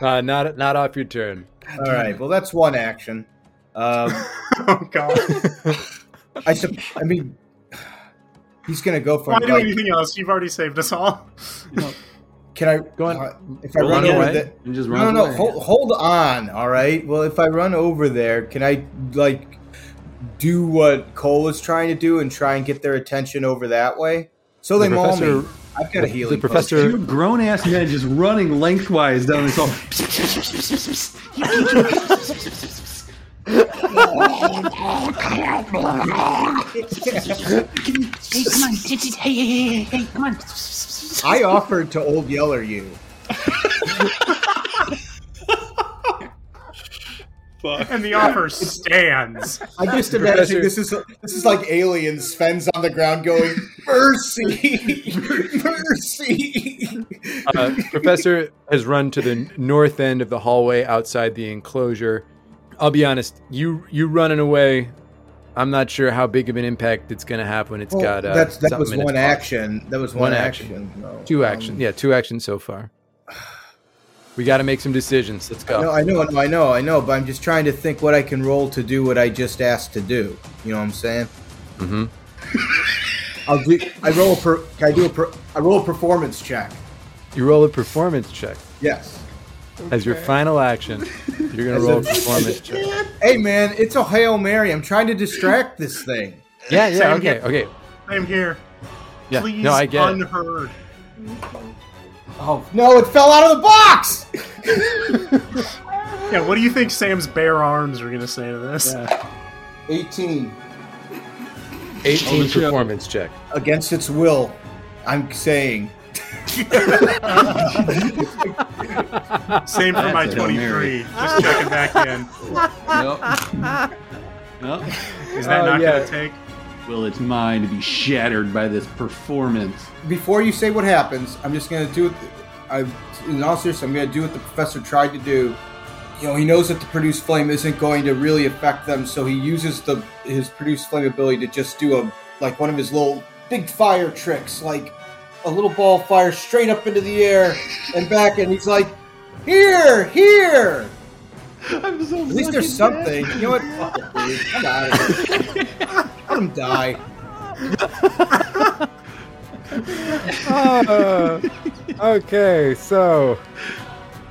B: Uh, not not off your turn.
F: All right, well, that's one action. Um,
D: Oh god!
F: I, sup- I mean, he's going to go for
D: Why
F: it.
D: do
F: Like,
D: anything else? You've already saved us all.
F: can I.
B: Go on.
F: uh, if I
B: Roll
F: run
B: on
F: over
B: away.
F: the.
E: And just
F: No,
E: run
F: no, no.
E: away.
F: Hold, hold on. All right. Well, if I run over there, can I like do what Cole is trying to do and try and get their attention over that way? So they
B: The
F: maul me.
B: professor-
F: I've got a healing.
B: the professor-
E: You grown ass man just running lengthwise down this hall.
I: Hey, come on. Hey, hey, hey, hey, hey, come on.
F: potion. I offered to old yeller you.
D: And the offer stands.
F: I'm just
B: Professor-
F: imagining this is this is like aliens. Fens on the ground going mercy, mercy.
B: Uh, professor has run to the n- north end of the hallway outside the enclosure. I'll be honest, you you running away I'm not sure how big of an impact it's going to have when it's
F: Well,
B: got. Uh,
F: that's that
B: something
F: was
B: in its
F: one
B: pocket.
F: action. That was one,
B: One action.
F: action. though.
B: Two
F: Um,
B: actions. yeah, two actions so far. We got to make some decisions. Let's go.
F: No, I know, I know, I know, I know, but I'm just trying to think what I can roll to do what I just asked to do. You know what I'm saying?
B: Mhm.
F: I'll do. I roll a. Per, can I do a. Per, I roll a performance check.
B: You roll a performance check
F: Yes.
B: as your final action. You're going to
F: As
B: roll a
F: a-
B: performance check.
F: Hey man, it's a hail mary. I'm trying to distract this thing.
B: Yeah, yeah,
D: Same
B: okay,
D: here.
B: okay.
D: I am here.
B: Yeah,
D: Please
B: no, I get it.
D: unheard.
F: Oh no! It fell out of the box.
D: Yeah, what do you think Sam's bare arms are going to say to this?
F: Eighteen
B: 18 performance check.
F: against its will. I'm saying.
D: Same for my
H: That's a Hail
D: 23. Just checking back in.
E: Nope.
D: Is that
F: Oh,
D: not
F: yeah.
D: going to take?
E: Will its mind be shattered by this performance?
F: before you say what happens, I'm just gonna do it. I, in all seriousness, I'm gonna do what the professor tried to do. You know, he knows that the produce flame isn't going to really affect them, so he uses the his produce flame ability to just do a like one of his little big fire tricks, like a little ball of fire straight up into the air and back, and he's like, "Here, here."
E: I'm so
F: At least there's something. You know what? Fuck it, dude. I'm out of here. Let him die.
B: okay, so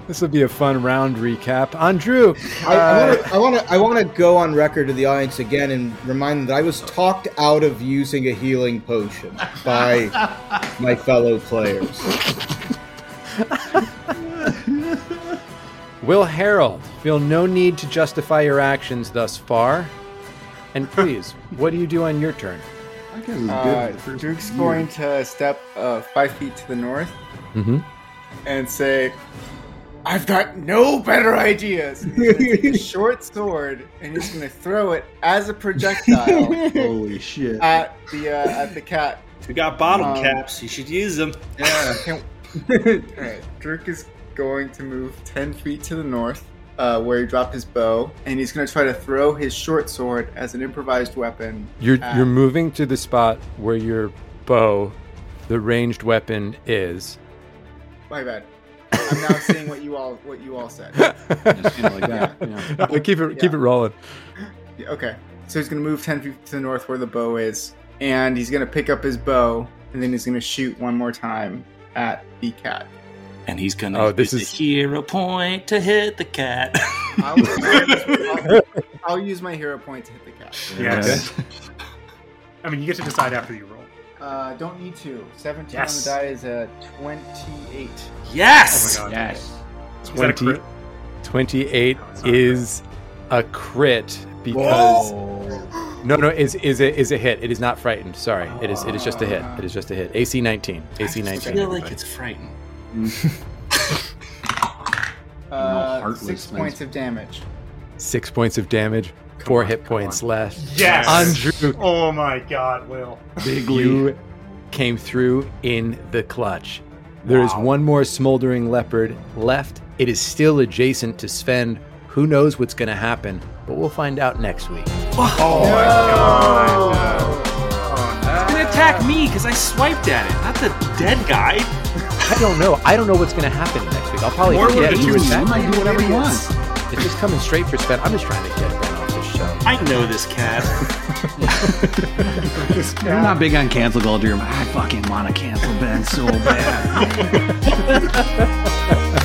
B: this will be a fun round recap. Andrew,
F: I I want to I want to go on record to the audience again and remind them that I was talked out of using a healing potion by my fellow players.
B: Will Harold, feel no need to justify your actions thus far. And please, what do you do on your turn?
G: Uh, Duke's going to step uh, five feet to the north
E: Mm-hmm.
B: Mhm.
G: and say, "I've got no better ideas." And he's gonna take a short sword and he's going to throw it as a projectile
E: Holy shit.
G: at the uh, at the cat.
J: We got bottle
G: Um,
J: caps. You should use them.
G: Yeah. Alright, Druk is going to move 10 feet to the north, uh, where he dropped his bow, and he's going to try to throw his short sword as an improvised weapon.
B: You're
E: Uh,
G: Ah.
B: you're moving to the spot where your bow, the ranged weapon, is.
G: My bad. I'm now seeing what you all what you all said.
E: Just kinda like that. yeah.
B: keep it keep it
G: Yeah.
B: rolling.
G: Yeah, okay, so he's going to move 10 feet to the north where the bow is, and he's going to pick up his bow, and then he's going to shoot one more time at the cat.
H: And he's gonna
B: Oh, this
H: use
B: is-
H: the hero point to hit the cat.
G: I'll, I'll, I'll use my hero point to hit the cat.
D: Yes. I mean, you get to decide after you roll.
G: Uh, don't need to. 17
D: Yes.
G: on the die is a 28.
H: yes.
D: Oh my god.
E: Yes.
D: Is that a crit?
B: 28
D: No, it's not
B: is a crit because No, no, is is a is a hit. It is not frightened. Sorry. It is it is just a hit. It is just a hit. AC 19. AC 19.
H: I just feel like
B: everybody.
H: it's frightened.
G: Uh,
E: heartless
G: six
E: man.
G: points of damage.
B: 6 points of damage, 4 hit points left.
D: Yes.
B: Andrew,
D: Oh my god, Will.
B: you came through in the clutch. There is one more smoldering leopard left. It is still adjacent to Sven. Who knows what's going to happen, but we'll find out next week.
H: It's gonna attack me because I swiped at it, not the dead guy.
B: I don't know. I don't know what's going to happen next week. I'll probably
D: Or
B: forget
D: would
B: who
D: you-
B: attacked
E: I might do whatever you want.
B: It's just coming straight for Sven. I'm just trying to get Ben off this show.
H: I know this cat.
E: I'm not big on cancel culture. I fucking want to cancel Ben so bad.